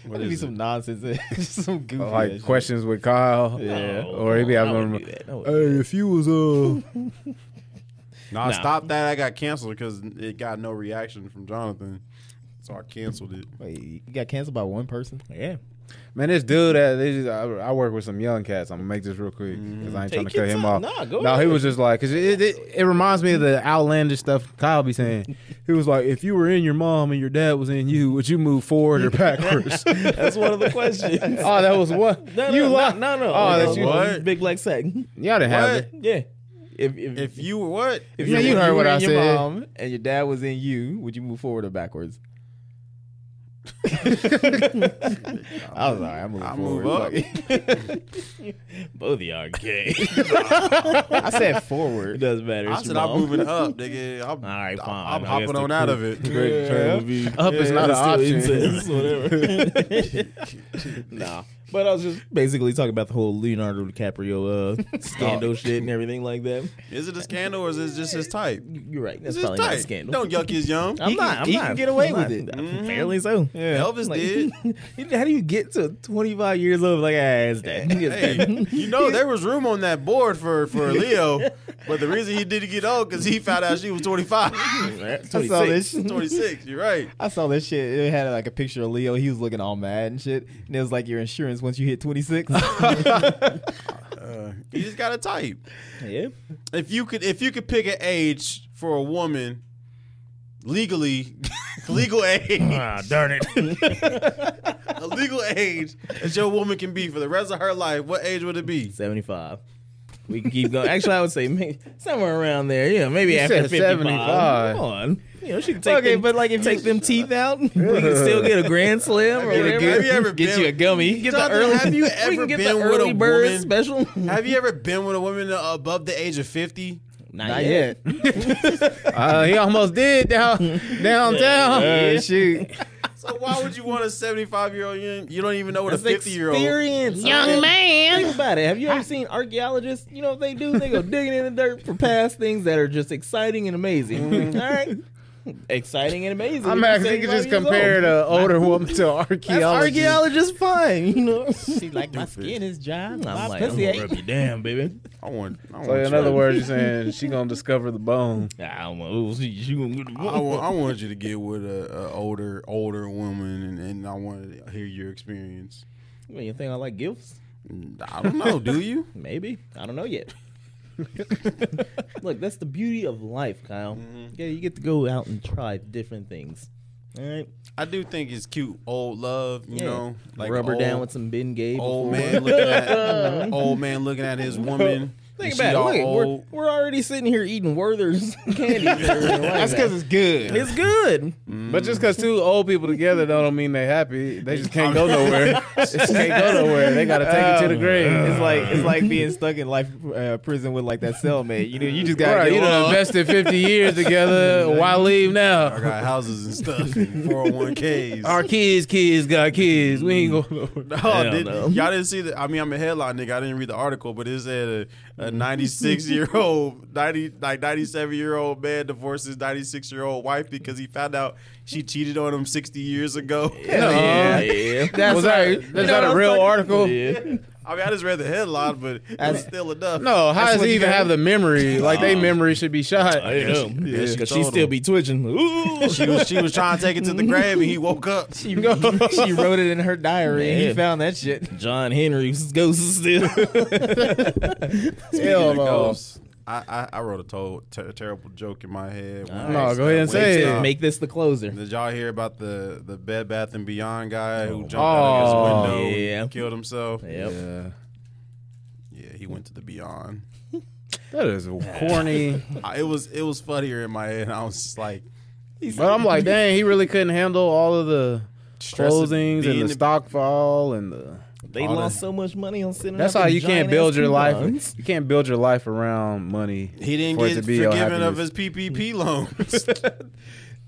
What be
is
some
it?
nonsense. just some goofy. ass
Like
shit.
questions with Kyle.
Yeah.
Oh,
Or maybe
I
I
wouldn't
remember-
do that. I wouldn't
Hey, if you was uh
Nah,
Nah.
stop that. I got canceled because it got no reaction from Jonathan. So I canceled it.
Wait, you got canceled by one person?
Yeah.
man, this dude that this is, I, I work with some young cats. I'm gonna make this real quick because I ain't trying to
Mm. Take your
cut him off.
time. Nah, go
no, he
ahead.
was just like because it, it it reminds me of the outlandish stuff Kyle be saying. he was like, if you were in your mom and your dad was in you, would you move forward or backwards?
That's one of the questions.
oh, that was what
No,
you
no,
lied.
no, no, no.
Oh,
No,
that's you.
What?
Big black sack.
Y'all didn't have
What?
it.
Yeah. If if,
If you were what?
if
Yeah,
you're-
you
If
heard
were
what
in
I
your
said.
Mom and your dad was in you. Would you move forward or backwards? I was all right. I'm moving
I
forward.
move up.
both of y'all are gay.
Fuck it. I said
it
forward.
doesn't matter.
I
It's
said
your
I'm
mom.
moving up, nigga. I'm, All
right, fine.
I'm
I
hopping
guess
on
the
out
crew-
of it.
Great
Yeah.
train would be-
Up is not an
option.
whatever. nah. But I was just basically talking about the whole Leonardo DiCaprio uh, scandal shit and everything like that.
Is it a scandal or is it just his type?
You're right. That's
It's his
probably not a
type.
scandal.
Don't yuck his yum.
I'm
He
not.
can-
I'm
he
not.
can get away
I'm
with
not- Apparently so.
Elvis did.
How do you get to 25 years old? Like, ah, it's that. It's
Hey,
that.
you know there was room on that board for for Leo, but the reason he didn't get old because he found out she was 25,
I saw this.
26. You're right.
I saw this shit. It had like a picture of Leo. He was looking all mad and shit. And it was like your insurance once you hit 26.
Uh, you just got a type.
Yeah.
If you could if you could pick an age for a woman legally, legal age,
Ah, darn it.
a legal age that your woman can be for the rest of her life, what age would it be?
75. We can keep going. Actually, I would say may somewhere around there. Yeah, maybe after
said
55.
75.
Come on. You know, she can take
Okay,
them,
but, like, if
take
you-
them teeth out, we can still get a grand slam or
Have you
whatever.
ever- have you ever
get
been-
you a gummy. Get
Jonathan,
the early,
have you
we
ever
can get
been
the
with a
early bird
woman-
special?
Have you ever been with a woman above the age of 50?
Not,
Not
yet.
yet.
Uh, he almost did down downtown.
Uh, shoot.
So why would you want a 75 year old? You don't even know what
That's
a 50 year old.
experience.
Young man. Ah.
Think about it. Have you ever seen archaeologists? You know what they do? They go digging in the dirt for past things that are just exciting and amazing. All right. Exciting and amazing.
I'm
You're
actually you could
75
just
years
compare
old.
an older woman to
That's
archaeology.
archaeologist fine, you know.
She like my skin is dry.
My
My like,
pussy
I'm gonna
ain't-
rub you down, baby.
I want. I want
So in
you-
other words, you're saying she gonna discover the bone.
I don't know. She, she gonna get the
I want, I want you to get with a, a older older woman, and, and I want to hear your experience. Mm,
Well, you think I like gifts?
I don't know. Do you?
Maybe. I don't know yet. Look, that's the beauty of life, Kyle. Yeah, you get to go out and try different things. All right.
I do think it's cute old love. You
Yeah.
know,
Rubber
old,
down with some Ben Gay.
old
before.
man looking at old man looking at his woman.
Think
and she
about it.
all
Look, we're,
old.
we're already sitting here eating Werther's candy.
That's because it's good.
it's good.
But just because two old people together don't don't mean they happy. They just can't go nowhere. just can't go nowhere. They gotta take it to the grave.
It's like it's like being stuck in life uh, prison with like that cellmate. You know, you just got
Right, you done invested 50 years together. Why leave
I
now?
got houses and stuff, and 401ks.
Our kids, kids got kids. We ain't going nowhere.
No, did, y'all didn't see the. I mean, I'm a headline nigga. I didn't read the article, but it said a,
Mm-hmm.
a 96 year old, 90 like 97 year old man divorced his 96 year old wife because he found out she cheated on him 60 years ago.
No.
yeah.
That's was that,
right.
is
You know
that
what
a
I'm
real
talking-
article?
I mean, I just read the headline, but it's still enough.
No, how does
what
he
you
even
got.
have the memory? Like, they
Um,
memory should be shot.
I don't know.
Yeah, she
Because she
told
still
him.
be twitching. Ooh.
She was she was trying to take it to the grave, and he woke up.
She, she wrote it in her diary. and He
Yeah.
found that shit.
John Henry's ghost is still.
Hell
Speaking of
no.
ghosts, I, I I wrote a to- ter- terrible joke in my head. when I
No,
was
go ahead and
at
say it.
Wingstop.
Make this the closer.
Did y'all hear about the the Bed Bath and Beyond guy who jumped
Oh,
out of his window,
yeah.
and killed himself?
Yep.
Yeah.
Yeah, he went to the Beyond.
That is corny.
I, it was it was funnier in my head. I was just like
But I'm like, dang, he really couldn't handle all of the
stressed of
closings
being
and the
in-
stock fall and the.
They
All
lost
that-
so much money on sending.
That's
out
how
them
you can't
Mm, giant-ass
build your
coupons.
life. You can't build your life around money.
He didn't
for it
get
to be your
forgiven of
happiness.
his PPP loans.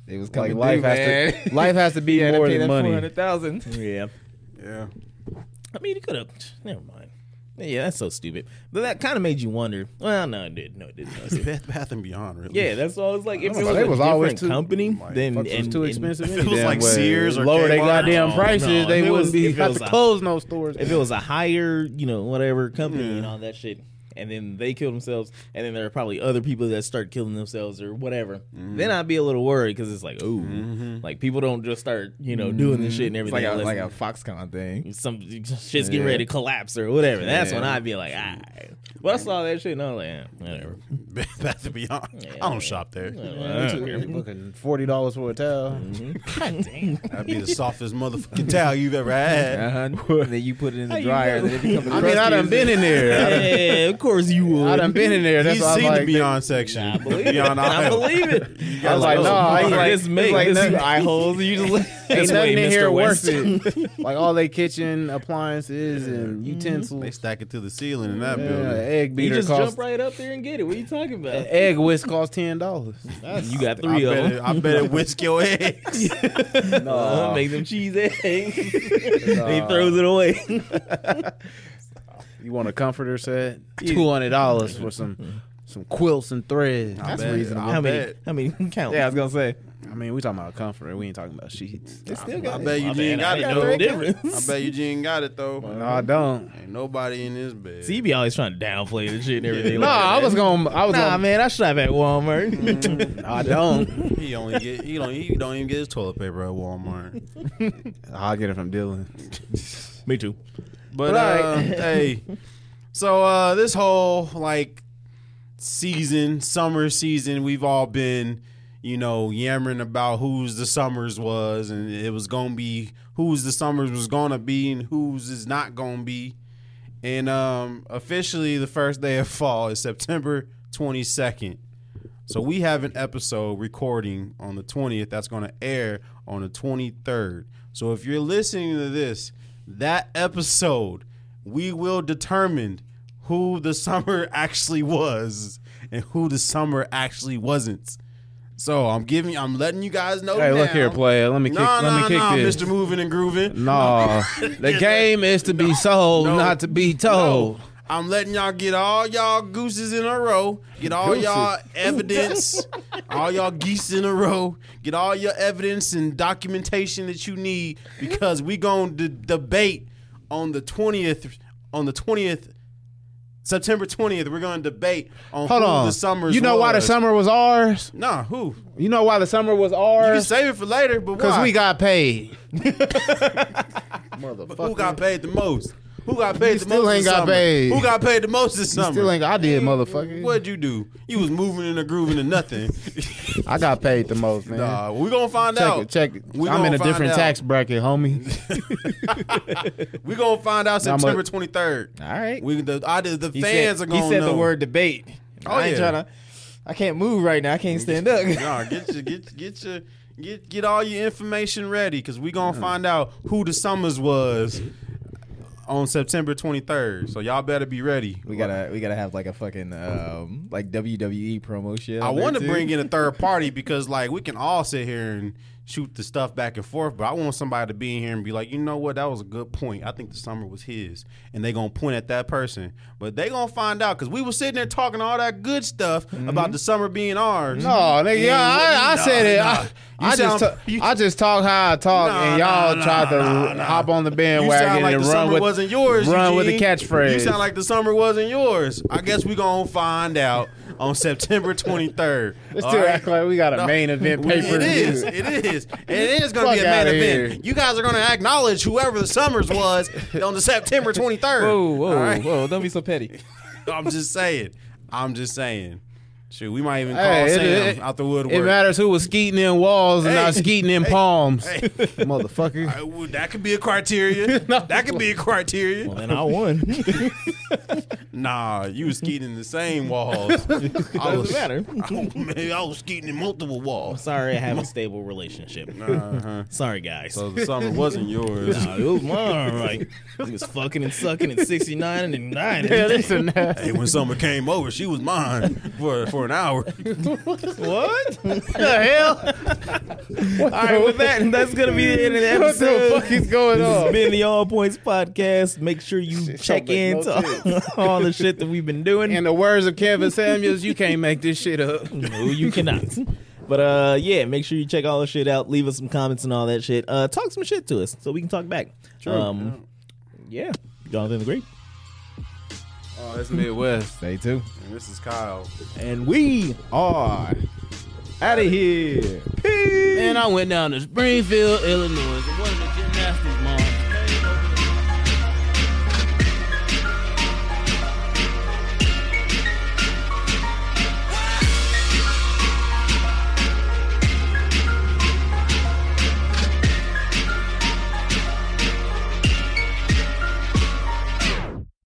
It was
Like
coming
life
due, man.
has to. Life has to be
Had to
more
pay
than
that
money.
400,000.
Yeah.
yeah,
I mean, it could have. Never mind. Yeah, that's so stupid. But that kind of made you wonder. Well, no, it did. No, it didn't. No, it didn't.
Bed Bath and Beyond really.
Yeah, that's why I was like, if
I don't
it was,
know, they
a
was always
different
too-
company,
Like,
then
Fuck, it's
and,
too
and
expensive.
If
any
it was
damn
like
way.
Sears or
lower their
Kmart,
goddamn
no,
prices,
no.
they
If it
wouldn't
was-
be
if it
have
was
to
a-
close no stores.
If it was a higher, you know, whatever company
Yeah.
and all that shit, and then they kill themselves, and then there are probably other people that start killing themselves or whatever,
Mm-hmm.
then I'd be a little worried because it's like, oh, like people don't just start, you know, doing this shit and
Mm-hmm. It's
everything.
like a,
unless
like a Foxconn thing.
some shit's getting ready to collapse or whatever. That's when
Yeah.
I'd be like, ah. Well, I saw that shit and I was like, eh, whatever.
Bed Bath and Beyond. I don't shop there.
Uh.
Booking Forty dollars for a towel.
That'd be the softest motherfucking towel you've ever had.
Uh-huh. then you put it in the dryer. Then it becomes
I mean, I done been in there.
yeah, of course you
I
would.
done- I done been in there. That's
He's
why
seen
I
the
like.
Beyond section.
I believe it.
Beyond
I
aisle.
believe it.
I was like,
Oh,
no, I ain't
fuck
like,
this make
like
this
nothing-
eye holes. You just look-
ain't
This way,
nothing in
Mr.
here
West.
worth it. Like all they kitchen appliances and
Mm-hmm.
They
utensils.
stack it to the ceiling in that
Yeah,
building.
egg
You
beater
just
cost. Eh,
jump right up there and get it. What are you talking about?
an egg whisk costs ten dollars.
you got
I
three of
bet,
them.
it, I bet it whisk your eggs.
Uh, make them cheese eggs. he throws it away.
You want a comforter set? Two hundred dollars for some some quilts and threads.
I
That's
bet-
reasonable.
I
How many?
bet.
How many? Count.
Yeah, I was gonna say.
I mean, we talking about a comforter. We ain't talking about sheets.
still
I
got
bet
My
you
bad,
didn't got
I
it
didn't know the
though. I
difference.
bet you didn't got it though.
No, I don't.
Ain't nobody in this bed.
See, you be always trying to downplay the shit and everything.
No,
like
I
that.
was gonna. I was
Nah,
gonna. Mm.
man, I shop at Walmart.
No, I don't.
He only get he don't he don't even get his toilet paper at Walmart.
I'll get it from Dylan.
Me too.
But uh,
Right.
hey, so uh, this whole like season, summer season, we've all been you know yammering about who's the summers was, and it was gonna be who's the summers was gonna be, and who's is not gonna be. And um, officially, the first day of fall is September twenty second. So we have an episode recording on the 20th that's going to air on the 23rd. So if you're listening to this, that episode, we will determine who the summer actually was and who the summer actually wasn't. So I'm giving, I'm letting you guys know.
Hey,
now.
look here, player. Let me kick.
No,
let me
no,
kick
no,
this.
Mr. Moving and Grooving.
No, the game is to be sold,
No.
not to be
No.
told.
I'm letting y'all get all y'all gooses in a row, get all
Gooses.
y'all evidence, all y'all geese in a row, get all your evidence and documentation that you need because we going to debate on the 20th on the 20th September 20th we're going to debate on
Hold
who
on.
the summers
you know why the
was.
summer was ours?
Nah, who? You
You know why the summer was
can
ours?
save it for later, but
Because
why?
we got paid.
who got paid the most? Who got paid the
still
most?
ain't
this
got
summer?
paid.
Who got paid the most this summer?
Still ain't. got- I did, motherfucker.
What'd you do? You was moving and a grooving and nothing.
I got paid the most, man.
nah, we gonna find
check
out.
it. Check it.
We
I'm in
gonna
a
find
different
out.
tax bracket, homie.
We gonna find out
Now, I'm a-
September twenty third.
All right.
We the I, the, the
He
fans
said,
are gonna
He said
know.
the word debate.
Oh,
I ain't
yeah.
trying to. I can't move right now. I can't stand up.
Nah, get your get get your get get all your information ready because we gonna find out who the summers was on September twenty third. So y'all better be ready.
We gotta we gotta have like a fucking um like WWE promo shit.
I want to bring in a third party because like we can all sit here and shoot the stuff back and forth, but I want somebody to be in here and be like, you know what, that was a good point. I think the summer was his, and they gonna point at that person, but they gonna find out because we were sitting there talking all that good stuff about the summer being ours.
Mm-hmm. No, nigga, Oh, yeah, I, I
nah,
said it.
nah.
I,
You
I just,
sound-
ta-
you-
I just talk how I talk,
Nah,
and y'all
nah,
try to
nah,
r-
nah.
hop on the
You sound
bandwagon
like
and
the
run
summer
with
wasn't yours.
run with the
Eugene.
catchphrase.
You sound like the summer wasn't yours. I guess we gonna find out on September twenty third.
Let's still act like we got a
No.
main event pay per
It is.
view.
It is. It is going
Fuck
to be a main
outta
event.
here.
You guys are going to acknowledge whoever the Summers was on the September 23rd.
Whoa, whoa,
All right?
whoa! Don't be so petty.
I'm just saying. I'm just saying. Shoot, we might even call
Hey, it-
Sam
it-
out the
It
woodwork.
matters who was skeeting in walls and
Hey,
not skeeting in palms,
Hey,
motherfucker.
I would- that could be a criteria. that could be a criteria.
And I won.
Nah, you was skeeting in the same walls. I was,
Doesn't matter.
Maybe I was skeeting in multiple walls.
Sorry, I have a stable relationship.
Uh-huh.
Sorry, guys.
So the summer wasn't yours.
Nah, it was mine. Like he was fucking and sucking in '69 and '90.
Yeah, this and that.
Hey, when summer came over, she was mine for for an hour.
What?
the hell?
All right, with that, that's gonna be the end of the
What the
episode.
fuck is going
This has
on?
been the All Points Podcast. Make sure you check
don't make
in
no
to all, all the shit that we've been doing.
In the words of Kevin Samuels, you can't make this shit up.
no, you cannot. But uh, yeah, make sure you check all the shit out. Leave us some comments and all that shit. Uh, talk some shit to us so we can talk back. True. Um, yeah, Jonathan the Great,
Oh, it's Midwest.
Stay tuned.
And this is Kyle.
and we
Are out of here.
Man, I went down to Springfield, Illinois. It was a gymnastics mom.